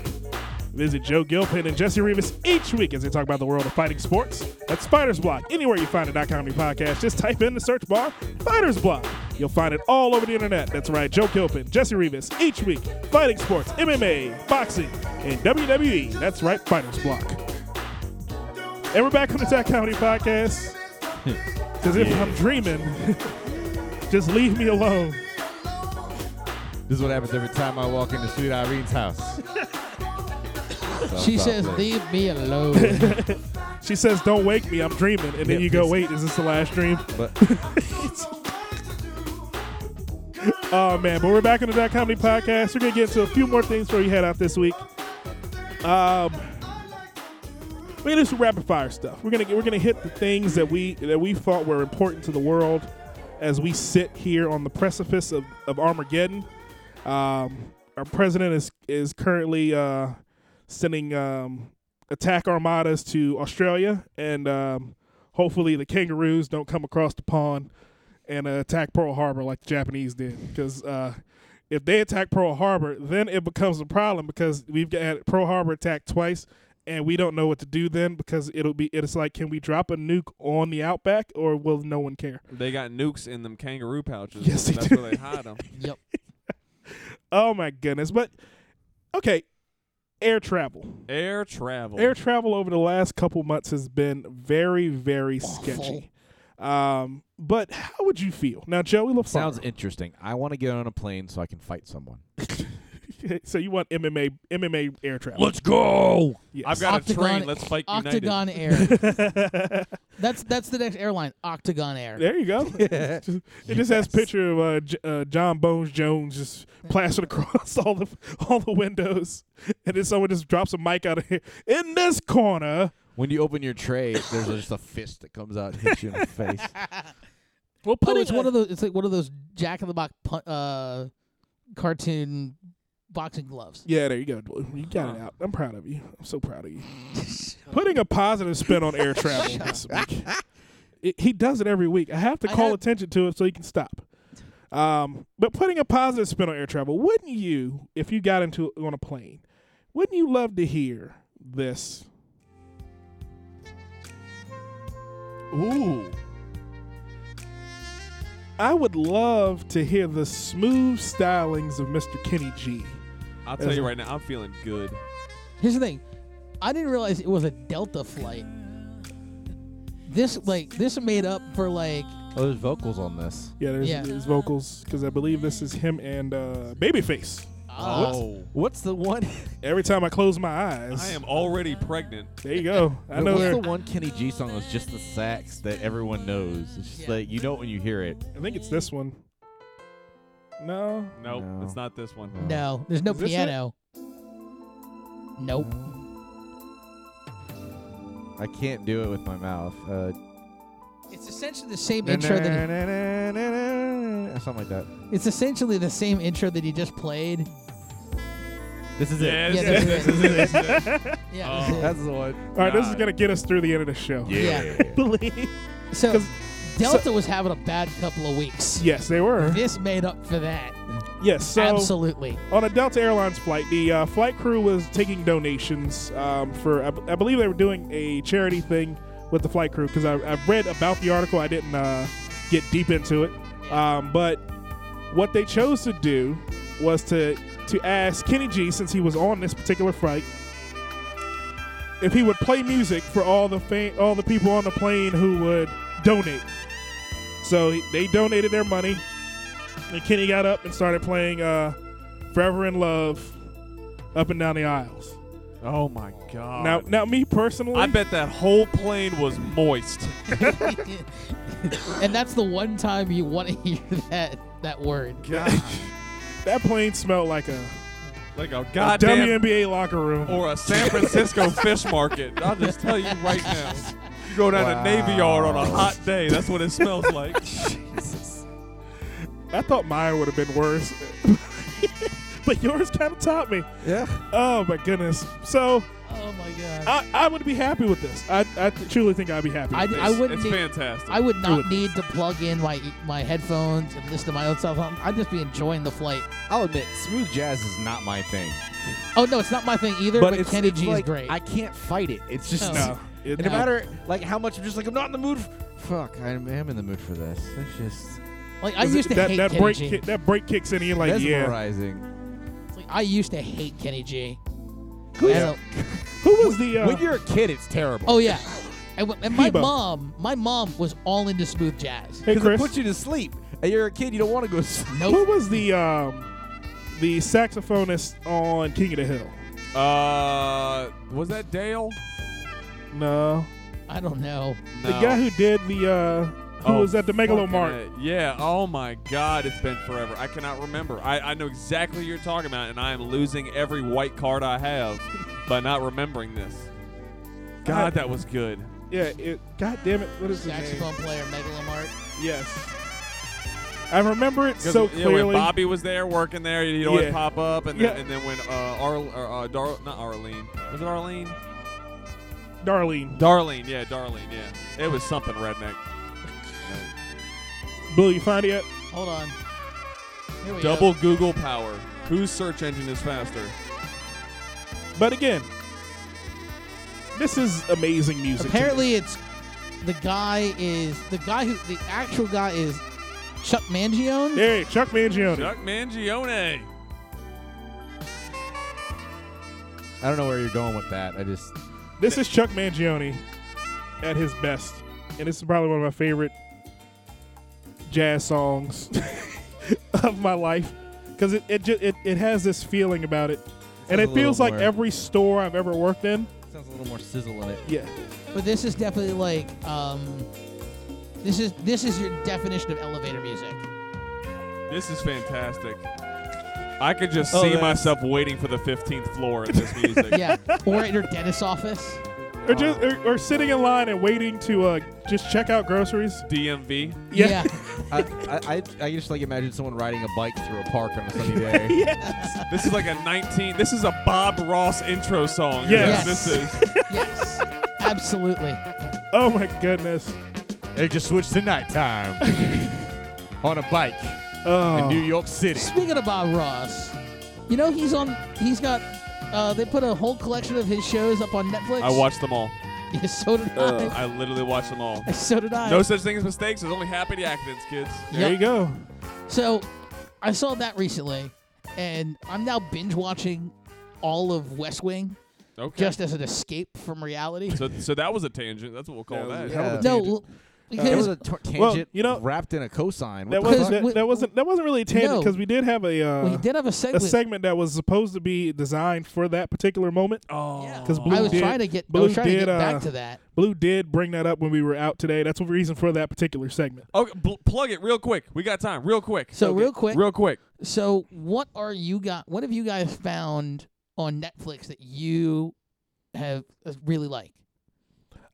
S1: Visit Joe Gilpin and Jesse Rivas each week as they talk about the world of fighting sports. That's Fighters Block. Anywhere you find a dot comedy podcast, just type in the search bar Fighters Block. You'll find it all over the internet. That's right, Joe Gilpin, Jesse Rivas each week, fighting sports, MMA, boxing, and WWE. That's right, Fighters Block. And we're back on the Dot Comedy Podcast. Because if I'm dreaming, just leave me alone.
S4: This is what happens every time I walk into Sweet Irene's house.
S5: she says, "Leave me alone."
S1: She says, "Don't wake me, I'm dreaming." And then
S4: Yeah,
S1: you go,
S4: please.
S1: "Wait, is this the last dream?"
S4: But
S1: Oh man, but we're back on the Dot Comedy Podcast. We're gonna get into a few more things before you head out this week. Um, we're gonna do some rapid fire stuff. We're gonna we're gonna hit the things that we that we thought were important to the world as we sit here on the precipice of, of Armageddon. Um, our president is is currently uh, sending um, attack armadas to Australia, and um, hopefully the kangaroos don't come across the pond and uh, attack Pearl Harbor like the Japanese did. Because uh, if they attack Pearl Harbor, then it becomes a problem because we've got had Pearl Harbor attacked twice, and we don't know what to do then because it'll be it's like can we drop a nuke on the outback or will no one care?
S6: They got nukes in them kangaroo pouches.
S1: Yes, they
S6: that's
S1: do.
S6: where they hide them.
S5: yep.
S1: Oh my goodness! But okay, air travel,
S6: Air travel.
S1: air travel over the last couple months has been very very sketchy. Um, but how would you feel now, Joey LaFarge?
S4: sounds interesting. I want to get on a plane so I can fight someone.
S1: so you want MMA MMA air travel?
S4: Let's go.
S1: Yes.
S6: I've got
S5: Octagon-
S6: a train. Let's fight
S5: Octagon
S6: United.
S5: Air. That's that's the next airline. Octagon Air.
S1: There you go. it just has picture of uh, J- uh, John Bones Jones just plastered across all the all the windows, and then someone just drops a mic out of here in this corner.
S4: When you open your tray, there's just a fist that comes out and hits you in the face.
S1: We'll
S5: Oh, it's one of those. It's like one of those Jack in the Box pun- uh, cartoon boxing gloves.
S1: yeah. There you go. Blue. You got it out. I'm proud of you. I'm so proud of you. Putting a positive spin on air travel this week. It- he does it every week. I have to
S5: I
S1: call
S5: have-
S1: attention to it so he can stop. Um, but putting a positive spin on air travel, wouldn't you, if you got into on a plane, wouldn't you love to hear this? Ooh. I would love to hear the smooth stylings of Mr. Kenny G.
S6: I'll tell you right now, I'm feeling good.
S5: Here's the thing. I didn't realize it was a Delta flight. This like this made up for like
S4: Oh, there's vocals on this.
S1: Yeah, there's
S5: Yeah.
S1: his vocals because I believe this is him and uh, Babyface.
S5: uh,
S4: What's the one?
S1: Every time I close my eyes,
S6: I am already pregnant.
S1: There you go. I know.
S4: what's
S1: they're-
S4: the one Kenny G song that's just the sax that everyone knows? It's just
S5: Yeah.
S4: like you know it when you hear it.
S1: I think it's this one. No.
S6: Nope,
S4: No.
S6: it's not this one.
S5: no. There's no
S1: Is this it?
S5: piano. Nope.
S4: I can't do it with my mouth. Uh,
S5: It's essentially the same intro that he,
S4: Something like that.
S5: it's essentially the same intro that he just played.
S4: This is
S1: Yeah,
S4: it.
S1: this
S5: Yeah,
S1: is
S5: that's
S1: it.
S5: it.
S1: This is it. Oh.
S5: Yeah. that's it.
S4: That's the one.
S1: All right, this is gonna get us through the end of the show.
S5: Yeah. So
S1: 'Cause-
S5: Delta was having a bad couple of weeks.
S1: Yes, they were.
S5: This made up for that.
S1: Yes, so
S5: Absolutely.
S1: on a Delta Airlines flight, the uh, flight crew was taking donations um, for. I, b- I believe they were doing a charity thing with the flight crew because I, I read about the article. I didn't uh, get deep into it, um, but what they chose to do was to to ask Kenny G since he was on this particular flight if he would play music for all the fa- all the people on the plane who would donate. So he- they donated their money, and Kenny got up and started playing uh, "Forever in Love" up and down the aisles.
S6: Oh my god.
S1: Now, now, me personally,
S6: I bet that whole plane was moist.
S5: and that's the one time you want to hear that that word.
S1: that plane smelled like a,
S6: Like a
S1: a
S6: goddamn
S1: WNBA locker room.
S6: or a San Francisco fish market. I'll just tell you right now. You go down to Navy Yard on a hot day, that's what it smells like.
S1: I thought mine would have been worse, but yours kind of topped me.
S4: Yeah.
S1: Oh my goodness! So
S5: Oh my god.
S1: I, I would be happy with this. I, I truly think I'd be happy.
S5: I,
S1: with
S5: I
S1: this.
S5: wouldn't
S6: It's
S5: need,
S6: fantastic.
S5: I would
S1: it.
S5: not need to plug in my my headphones and listen to my own stuff. I'm- I'd just be enjoying the flight.
S4: I'll admit, smooth jazz is not my thing.
S5: Oh no, it's not my thing either. But, Kenny G
S4: like,
S5: is great.
S4: I can't fight it. It's just
S5: No.
S1: It-
S4: no
S5: No.
S4: matter like how much I'm just like I'm not in the mood. f- Fuck, I am in the mood for this. It's just
S5: like I
S1: Is it-
S5: used to
S1: that,
S5: hate
S1: that
S5: Kenny
S1: break
S5: G.
S1: kick- that break kicks in. You're like, yeah.
S4: mesmerizing.
S5: It's like, I used to hate Kenny G.
S4: Who's-
S5: As a-
S1: Who was the? Uh,
S4: When you're a kid, it's terrible.
S5: oh yeah. And, w- and my
S1: Bebo.
S5: mom, my mom was all into smooth jazz.
S1: hey
S4: because it
S1: Chris,
S4: puts you to sleep. And you're a kid, you don't want to go to sleep.
S1: who
S5: Nope.
S1: was the um, the saxophonist on King of the Hill?
S6: Uh, was that Dale?
S1: No,
S5: I don't know.
S6: No.
S1: the guy who did the uh, who
S6: Oh,
S1: was at the
S6: fucking
S1: Megalomart.
S6: it. Yeah. Oh my God, it's been forever. I cannot remember. I, I know exactly what you're talking about, and I am losing every white card I have by not remembering this. God, that was good.
S1: Yeah, it. God damn it! What is his name?
S5: Saxophone player Megalomart.
S1: Yes, I remember it
S6: 'Cause,
S1: so
S6: you know, when
S1: clearly.
S6: Bobby was there working there, he'd always
S1: Yeah.
S6: pop up, and then,
S1: Yeah.
S6: and then when uh, Ar- or, uh Dar- not Arlene, was it Arlene?
S1: Darlene,
S6: Darlene, yeah, Darlene, yeah. It was something redneck.
S1: Bill, you find it yet?
S5: Hold on. Here we
S6: Double
S5: go.
S6: Google power. Whose search engine is faster?
S1: But again, this is amazing music. to me.
S5: Apparently, it's the guy is the guy who the actual guy is Chuck Mangione.
S1: Hey, Chuck Mangione.
S6: Chuck Mangione.
S4: I don't know where you're going with that. I just
S1: This is Chuck Mangione at his best, and this is probably one of my favorite jazz songs of my life because it it, ju- it it has this feeling about it, and
S4: Sounds a
S1: it
S4: little
S1: feels like
S4: more-
S1: every store I've ever worked in.
S4: sounds a little more sizzle in it.
S1: Yeah,
S5: But this is definitely like um, this is this is your definition of elevator music.
S6: This is fantastic. I could just
S1: Oh,
S6: see
S1: that's-
S6: myself waiting for the 15th floor in this music.
S5: Yeah, or at your dentist's office.
S1: or just or, or sitting in line and waiting to uh, just check out groceries.
S6: DMV.
S1: Yeah.
S4: I, I, I, I just like imagine someone riding a bike through a park on a sunny day.
S6: This is like a 19. This is a Bob Ross intro song. is
S1: Yes.
S6: what This is.
S5: yes, absolutely.
S1: Oh my goodness!
S4: They just switched to nighttime on a bike in New
S1: Oh,
S4: York City.
S5: Speaking of Bob Ross, you know he's on. He's got. Uh, they put a whole collection of his shows up on Netflix.
S6: I watched them all.
S5: Yeah, so did
S1: Uh.
S6: I literally watched them all.
S5: I. So did I.
S6: No such thing as mistakes. There's only happy accidents, kids.
S1: there you go.
S5: So I saw that recently, and I'm now binge watching all of West Wing
S6: Okay.
S5: just as an escape from reality.
S6: so, so that was a tangent. That's what we'll call that.
S4: yeah.
S5: no,
S1: Uh,
S5: l-
S4: It was
S5: because
S4: a t- tangent
S1: Well, you know-
S4: wrapped in a cosine.
S1: That
S4: What the
S1: was
S4: fuck?
S5: Because
S1: that,
S5: we-
S1: that wasn't that wasn't really a tangent
S5: No.
S1: because we did have a uh,
S5: we did have a
S1: a
S5: segment.
S1: segment that was supposed to be designed for that particular moment.
S6: Oh.
S5: Yeah.
S1: 'Cause Blue
S5: I was
S1: did-
S5: trying to get. I
S1: Blue
S5: was trying to
S1: did,
S5: get
S1: uh,
S5: back to that.
S1: Blue did bring that up when we were out today. That's the reason for that particular segment.
S6: Okay, bl- plug it real quick. We got time. Real quick.
S5: So real quick.
S6: Real quick.
S5: So what are you got? What have you guys found on Netflix that you have uh, really like?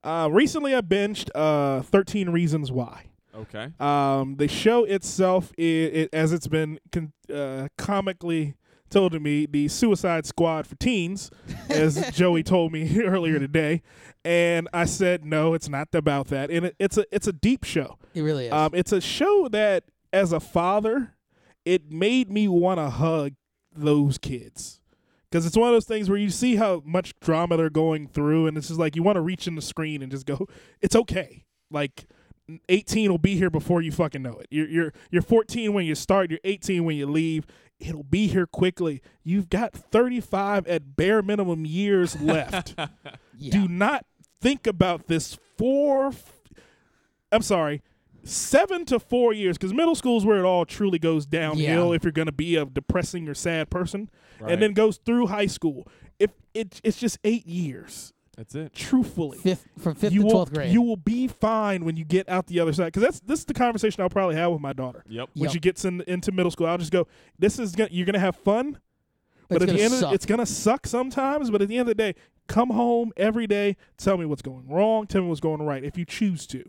S1: Uh, recently, I binged uh, 13 Reasons Why.
S6: Okay.
S1: Um, the show itself, i it, as it's been con- uh, comically told to me, the Suicide Squad for teens, as Joey told me earlier today, and I said no, it's not about that. And it, it's a it's a deep show.
S5: It really is.
S1: Um, it's a show that, as a father, it made me want to hug those kids. Because it's one of those things where you see how much drama they're going through, and it's just like you want to reach in the screen and just go, it's okay. Like, 18 will be here before you fucking know it. You're, you're, you're 14 when you start, you're 18 when you leave. It'll be here quickly. You've got 35 at bare minimum years left.
S5: yeah.
S1: Do not think about this four. I'm sorry, seven to four years, because middle school is where it all truly goes downhill.
S5: Yeah.
S1: If you're going to be a depressing or sad person,
S6: Right.
S1: and then goes through high school. If it, it's just eight years,
S6: That's it.
S1: truthfully
S5: fifth from fifth
S1: you
S5: to
S1: will,
S5: twelfth grade.
S1: You will be fine when you get out the other side. Because that's this is the conversation I'll probably have with my daughter
S6: Yep.
S1: when
S5: Yep.
S1: she gets in, into middle school. I'll just go, "This is gonna, you're gonna have fun, but
S5: It's
S1: at the
S5: gonna
S1: end, of,
S5: suck.
S1: it's gonna suck sometimes. But at the end of the day, come home every day. Tell me what's going wrong. Tell me what's going right if you choose to.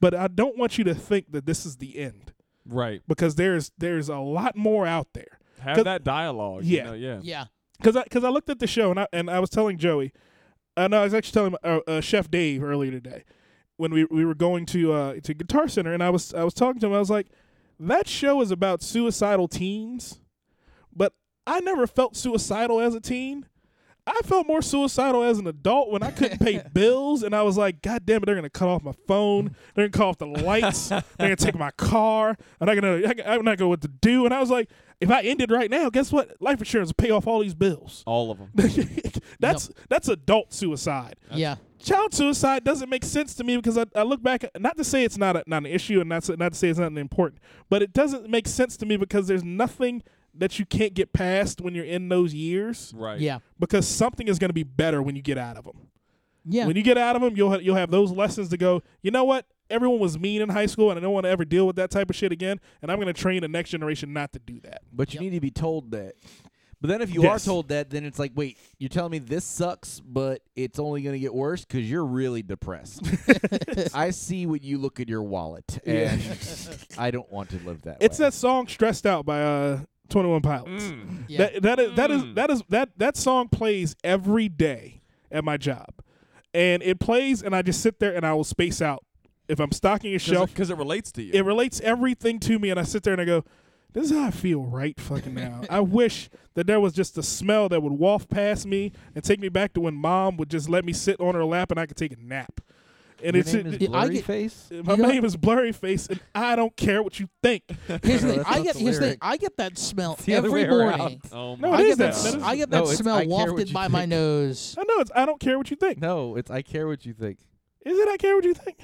S1: But I don't want you to think that this is the end
S6: Right.
S1: because there's there's a lot more out there.
S6: Have
S1: 'Cause-
S6: that dialogue.
S1: Yeah.
S6: You know, yeah.
S5: yeah.
S1: because I because I looked at the show and I and I was telling Joey, uh, no, I was actually telling uh, uh, Chef Dave earlier today when we we were going to uh, to Guitar Center and I was I was talking to him. I was like, that show is about suicidal teens, but I never felt suicidal as a teen. I felt more suicidal as an adult when I couldn't pay bills, and I was like, "God damn it! They're gonna cut off my phone. They're gonna cut off the lights. they're gonna take my car. I'm not gonna. I- I'm not gonna what to do." And I was like, "If I ended right now, guess what? Life insurance will pay off all these bills."
S6: All of them.
S1: that's that's adult suicide.
S5: Yeah.
S1: Child suicide doesn't make sense to me because I, I look back. Not to say it's not a, not an issue, and not to, not to say it's not important, but it doesn't make sense to me because there's nothing that you can't get past when you're in those years
S6: Right.
S5: Yeah.
S1: because something is going to be better when you get out of them.
S5: Yeah.
S1: When you get out of them, you'll ha- you'll have those lessons to go. You know what? Everyone was mean in high school, and I don't want to ever deal with that type of shit again. And I'm going to train the next generation not to do that.
S4: But you
S5: Yep.
S4: need to be told that. But then if you
S1: Yes.
S4: are told that, then it's like, wait, you're telling me this sucks, but it's only going to get worse because you're really depressed. I see when you look at your wallet, and I don't want to live that
S1: It's
S4: way.
S1: that song "Stressed Out" by uh, Twenty One Pilots.
S6: Mm.
S5: yeah.
S1: That that is that is
S6: Mm.
S1: that is that that song plays every day at my job, and it plays, and I just sit there and I will space out. If I'm stocking a shelf,
S6: Because it relates to you.
S1: it relates everything to me and i sit there and i go this is how i feel right fucking now i wish that there was just a smell that would waft past me and take me back to when mom would just let me sit on her lap and i could take a nap and
S9: Your
S1: it's
S9: name is
S5: Yeah, I
S9: Blurry
S5: get-
S9: Face.
S1: my
S5: You know-
S1: name is blurry face and i don't care what you think
S5: Here's the
S9: No,
S5: thing.
S9: that's
S5: I
S9: not
S5: get
S9: the
S5: here's the thing.
S9: lyric.
S5: I get that smell
S9: the other
S5: every
S9: way around.
S5: morning.
S6: oh my
S1: No, it
S5: I
S1: is
S5: get that.
S1: that.
S5: s-
S1: That is-
S5: I get
S9: No,
S5: that
S9: it's, "I
S5: smell
S9: care what
S5: wafted
S9: you
S5: by my
S9: think."
S5: nose.
S1: i know it's i don't care what you think
S9: No, it's I care what you think.
S1: is it i care what you think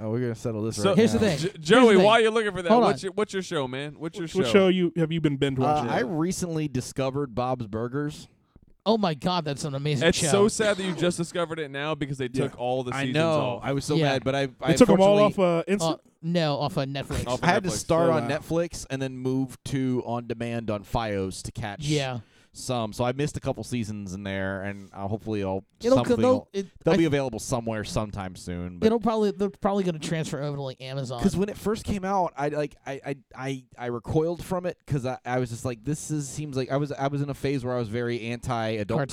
S9: Oh, we're gonna settle this.
S6: So
S9: right
S5: Here's
S9: now.
S5: the thing.
S6: J-
S5: Here's
S6: Joey,
S5: the
S6: why are
S5: thing.
S6: you looking for that?
S5: Hold
S6: what's
S5: on.
S6: your What's your show, man? What's your show?
S1: what show you have you been binge
S4: Uh,
S1: watching
S4: I recently discovered Bob's Burgers.
S5: Oh my god, that's an amazing
S6: It's
S5: show.
S6: so sad that you just discovered it now because they took all the
S4: I
S6: seasons
S4: know.
S6: off.
S4: I was so
S5: Yeah.
S4: mad, but I I
S1: they took them all
S4: fortunately-
S1: off uh, Insta-
S5: Uh, no, off of Netflix.
S6: Off-
S4: I had to
S6: Netflix.
S4: start
S1: Oh,
S4: on
S1: wow.
S4: Netflix and then move to on demand on FiOS to catch
S5: yeah,
S4: some. So I missed a couple seasons in there, and I'll, hopefully I'll
S5: it'll
S4: something.
S5: they'll,
S4: will-
S5: it,
S4: they'll
S5: I-
S4: be available somewhere sometime soon. But
S5: it'll probably they're probably going to transfer over to like Amazon.
S4: because when it first came out, I like I I I, I recoiled from it because I, I was just like this is seems like I was I was in a phase where I was very anti adult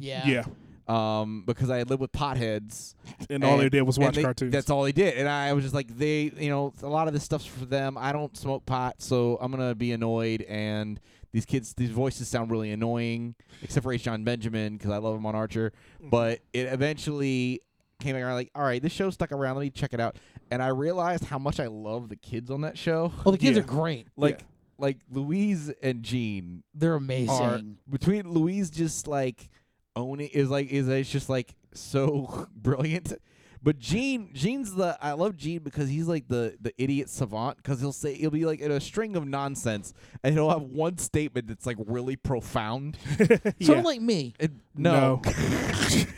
S5: Yeah.
S1: yeah
S4: Um, because I had lived with potheads.
S1: and all they did was
S4: and
S1: watch
S4: they-
S1: cartoons
S4: That's all they did, and I was just like, they, you know, a lot of this stuff's for them. I don't smoke pot, so I'm gonna be annoyed. And these kids, these voices sound really annoying, except for H. John Benjamin because I love him on Archer.
S1: Mm-hmm.
S4: But it eventually came around like, all right, this show stuck around. Let me check it out. And I realized how much I love the kids on that show.
S5: Oh, the kids
S1: Yeah.
S5: are great.
S4: Like, like Louise and Jean
S5: They're
S4: are
S5: amazing.
S4: between Louise just like owning is like is it's just like so brilliant. But Gene, Gene's the I love Gene because he's like the the idiot savant because he'll say he'll be like in a string of nonsense and he'll have one statement that's like really profound.
S5: Sort
S1: Yeah.
S5: of like me.
S4: And no,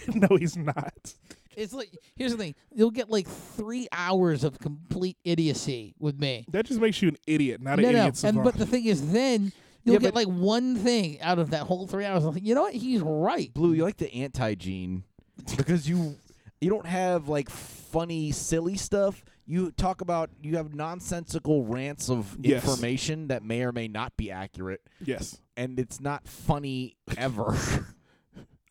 S1: no no he's not
S5: It's like here's the thing. You'll get like three hours of complete idiocy with me.
S1: that just makes you an idiot not
S5: no,
S1: an
S5: no.
S1: idiot
S5: And
S1: savant.
S5: but the thing is, then you'll
S4: Yeah,
S5: get
S4: but-
S5: like one thing out of that whole three hours. I'm like, you know what? He's right.
S4: Blue, you like the anti Gene because you you don't have like funny, silly stuff. You talk about you have nonsensical rants of
S1: Yes.
S4: information that may or may not be accurate,
S1: Yes.
S4: and it's not funny ever.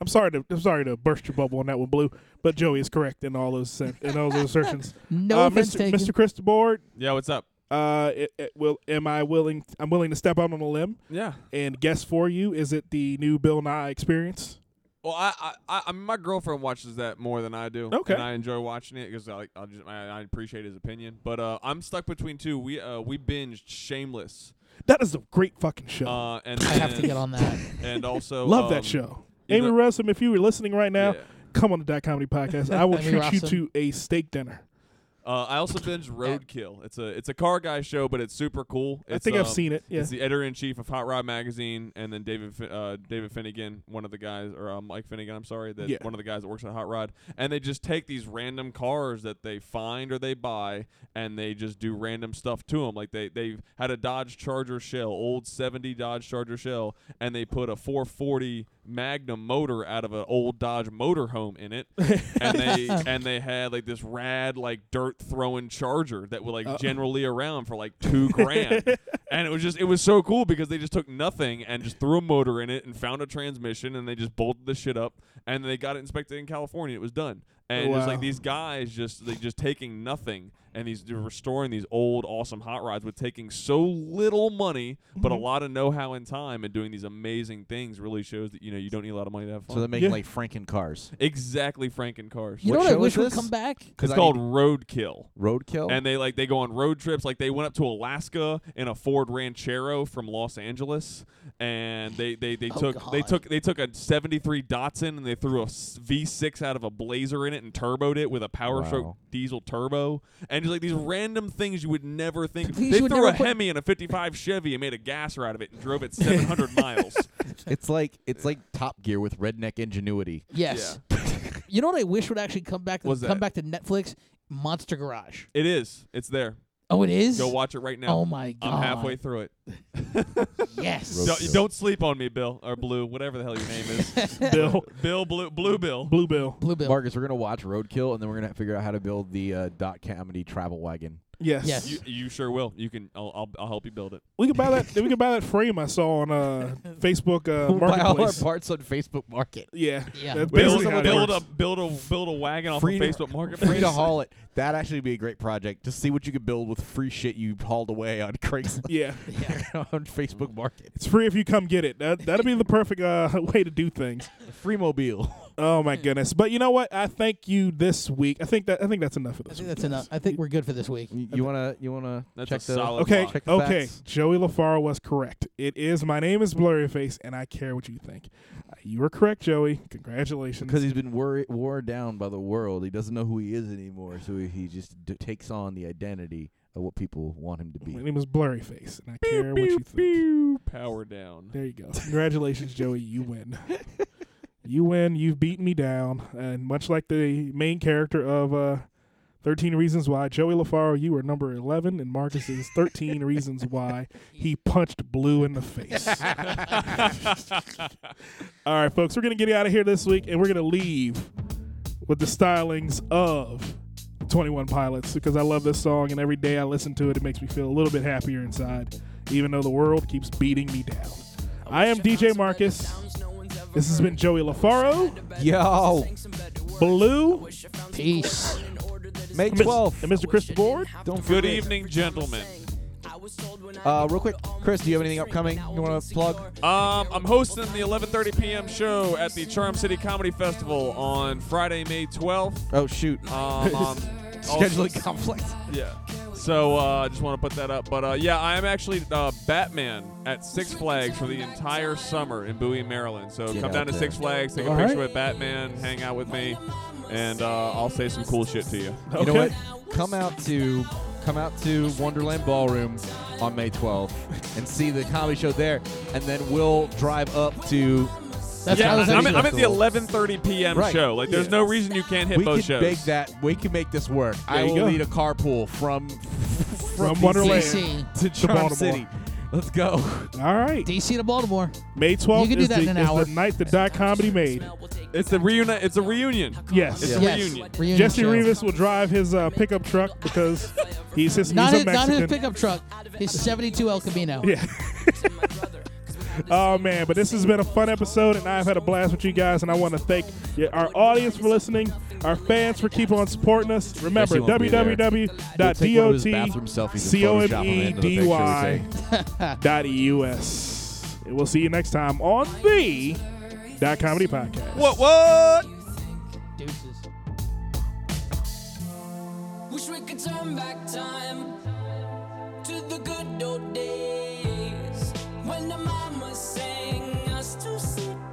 S1: I'm sorry to I'm sorry to burst your bubble on that one, Blue, but Joey is correct in all those sen- in all those assertions.
S5: No
S1: uh,
S5: offense
S1: Mr.
S5: taken.
S1: Mr. Christobord,
S6: Yeah, what's up?
S1: uh, it, it will am I willing? I'm willing to step out on a limb
S6: Yeah.
S1: and guess for you. Is it the new Bill Nye experience?
S6: Well, I, I, I, I mean, my girlfriend watches that more than I do.
S1: Okay.
S6: and I enjoy watching it because I, like, I'll just, I, I appreciate his opinion. But uh, I'm stuck between two. We, uh, we binged Shameless.
S1: That is a great fucking show.
S6: Uh, and
S5: I have to get on that.
S6: And also,
S1: Love
S6: um,
S1: that show.
S6: either-
S1: Amy Russom, if you were listening right now,
S6: Yeah.
S1: come on the Dot Comedy Podcast. I will
S5: Amy
S1: treat you
S5: Russom.
S1: to a steak dinner.
S6: Uh, I also binged Roadkill. It's a it's a car guy show, but it's super cool.
S1: I
S6: It's,
S1: think I've
S6: um,
S1: seen it. Yeah.
S6: It's the editor in chief of Hot Rod Magazine, and then David Fi- uh, David Finnegan, one of the guys, or uh, Mike Finnegan. I'm sorry, that
S1: Yeah.
S6: one of the guys that works at Hot Rod, and they just take these random cars that they find or they buy, and they just do random stuff to them. Like they they had a Dodge Charger shell, old '70 Dodge Charger shell, and they put a 440 Magnum motor out of an old Dodge motorhome in it, and they and they had like this rad like dirt throwing Charger that would like generally around for like two grand. And it was just it was so cool because they just took nothing and just threw a motor in it and found a transmission and they just bolted the shit up and they got it inspected in California. It was done. And it's
S1: Wow.
S6: like these guys just they just taking nothing and these they're restoring these old awesome hot rods with taking so little money but a lot of know-how and time and doing these amazing things really shows that you know you don't need a lot of money to have fun.
S4: so they're making
S1: Yeah.
S4: like Franken cars.
S6: exactly Franken cars.
S5: You
S4: What
S5: know what I
S4: show
S5: wish
S4: is
S5: would
S4: this?
S5: come back?
S6: It's
S4: 'Cause I
S6: called
S4: need-
S6: Roadkill.
S5: Oh.
S4: Roadkill.
S6: And they like they go on road trips. Like they went up to Alaska in a Ford Ranchero from Los Angeles, and they they, they
S5: Oh,
S6: took they
S5: God.
S6: took they took a '73 Datsun and they threw a s- V6 out of a Blazer in it and turboed it with a Powerstroke
S4: Wow.
S6: diesel turbo, and just like these random things you would never think.
S5: Things
S6: they
S5: you would
S6: threw a
S5: never put-
S6: Hemi in a '55 Chevy and made a gasser out of it and drove it 700 miles.
S4: it's like it's like Top Gear with redneck ingenuity.
S5: Yes. you know what I wish would actually come back?
S6: What's
S5: come
S6: that?
S5: back to Netflix. Monster Garage.
S6: It is. It's there.
S5: Oh, it is.
S6: Go watch it right now.
S5: Oh my god.
S6: I'm halfway through it.
S5: Yes.
S6: Don't, don't sleep on me, Bill or Blue, whatever the hell your name is.
S1: Bill,
S6: Bill Blue Blue Bill.
S1: Blue Bill.
S5: Bluebill.
S4: Marcus, we're gonna watch Roadkill, and then we're gonna figure out how to build the uh, dot comedy travel wagon.
S1: Yes.
S5: Yes.
S6: You, you sure will. You can. I'll, I'll. I'll help you build it.
S1: We could buy that. we could buy that frame I saw on uh, Facebook uh,
S4: We'll buy all our
S1: Marketplace.
S4: parts on Facebook Market.
S1: yeah.
S5: Yeah.
S1: That's
S6: Build,
S1: basically how it
S6: build a
S1: works.
S6: build a build a wagon off
S4: Free
S6: of
S4: to-
S6: Facebook Marketplace.
S4: Free to haul it. That actually be a great project to see what you could build with free shit you hauled away on Craigslist
S1: Yeah.
S4: on Facebook Market.
S1: It's free if you come get it. That that'll be the perfect uh, way to do things.
S4: Free mobile.
S1: Oh my goodness! But you know what? I thank you this week. I think that I think that's enough of
S5: I
S1: this. week,
S5: think that's
S1: guys.
S5: enough. I think we're good for this week.
S4: You, you wanna you wanna
S6: That's
S4: check
S6: a
S4: the
S6: solid.
S1: Okay,
S6: block.
S4: Check the
S1: okay.
S4: facts.
S1: Joey LaFaro was correct. It is. My name is Blurryface, and I care what you think. Uh, you were correct, Joey. Congratulations.
S4: because he's been wor- worn down by the world. He doesn't know who he is anymore, so he, he just d- takes on the identity of what people want him to
S1: My
S4: be.
S1: name is Blurryface, and I care what you think.
S6: Power down.
S1: There you go. Congratulations, Joey. You win. You win. You've beaten me down. And much like the main character of uh, 13 Reasons Why, Joey LaFaro, you were number 11, and Marcus is 13 Reasons Why he punched Blue in the face. All right, folks, we're going to get out of here this week, and we're going to leave with the stylings of 21 Pilots because I love this song, and every day I listen to it, it makes me feel a little bit happier inside, even though the world keeps beating me down. I am DJ Marcus. This has been Joey LaFaro,
S4: Yo,
S1: Blue,
S5: Peace.
S4: May
S1: and Mis-
S4: 12th.
S1: and Mr. Chris Board.
S4: Don't
S6: Good
S4: forget.
S6: evening, gentlemen.
S4: Uh, real quick, Chris, do you have anything upcoming you want to plug?
S6: Um, I'm hosting the 11:30 p.m. show at the Charm City Comedy Festival on Friday, May 12th.
S4: Oh shoot,
S6: Um, um,
S4: scheduling conflict.
S6: Yeah. So I uh, just want to put that up. But uh, yeah, I am actually uh, Batman at Six Flags for the entire summer in Bowie, Maryland. So
S4: Get
S6: come
S4: out
S6: down to
S4: there.
S6: Six Flags, take a
S1: All
S6: picture
S1: right.
S6: with Batman, hang out with me, and uh, I'll say some cool shit to you.
S4: You know what? Come out to come out to Wonderland Ballroom on May 12th and see the comedy show there, and then we'll drive up to.
S5: That's
S6: Yeah,
S5: how
S6: I'm,
S5: it's
S6: I'm at- I'm at the
S5: actually-
S6: 11:30 p.m.
S4: Right.
S6: show. Like, there's no reason you can't hit
S4: we
S6: both
S4: could
S6: shows.
S4: make that. We can make this work. I
S1: you
S4: will
S1: go.
S4: need a carpool from
S1: From
S4: DC
S1: Wonderland.
S5: DC.
S4: to Charm
S1: Baltimore.
S4: City. Let's go.
S1: All right.
S5: DC to Baltimore.
S1: May 12th
S5: You can do
S1: is,
S5: that
S1: the,
S5: in an
S1: is
S5: hour.
S1: the night that dot comedy made.
S8: Smell will take
S6: It's a reuni- It's a reunion.
S1: Yes.
S6: It's a
S5: Yes.
S6: reunion.
S5: Reunion
S1: Jesse
S5: show.
S1: Rivas will drive his uh, pickup truck because he's his
S5: Not
S1: he's
S5: his,
S1: a
S5: not
S1: Mexican.
S5: his pickup truck. His 72 El Camino.
S1: Yeah. oh man, but this has been a fun episode, and I've had a blast with you guys. And I want to thank y- our audience for listening, our fans for keep on supporting us. Remember,
S4: Jesse won't be there. We'll take one of his bathroom selfies and Photoshop them into the picture
S1: www.dot.comedy E dot us. And we'll see you next time on the dot comedy podcast.
S6: What? What?
S5: Deuces.
S8: Wish we could turn back time to the good old days when the mama sang us to sleep.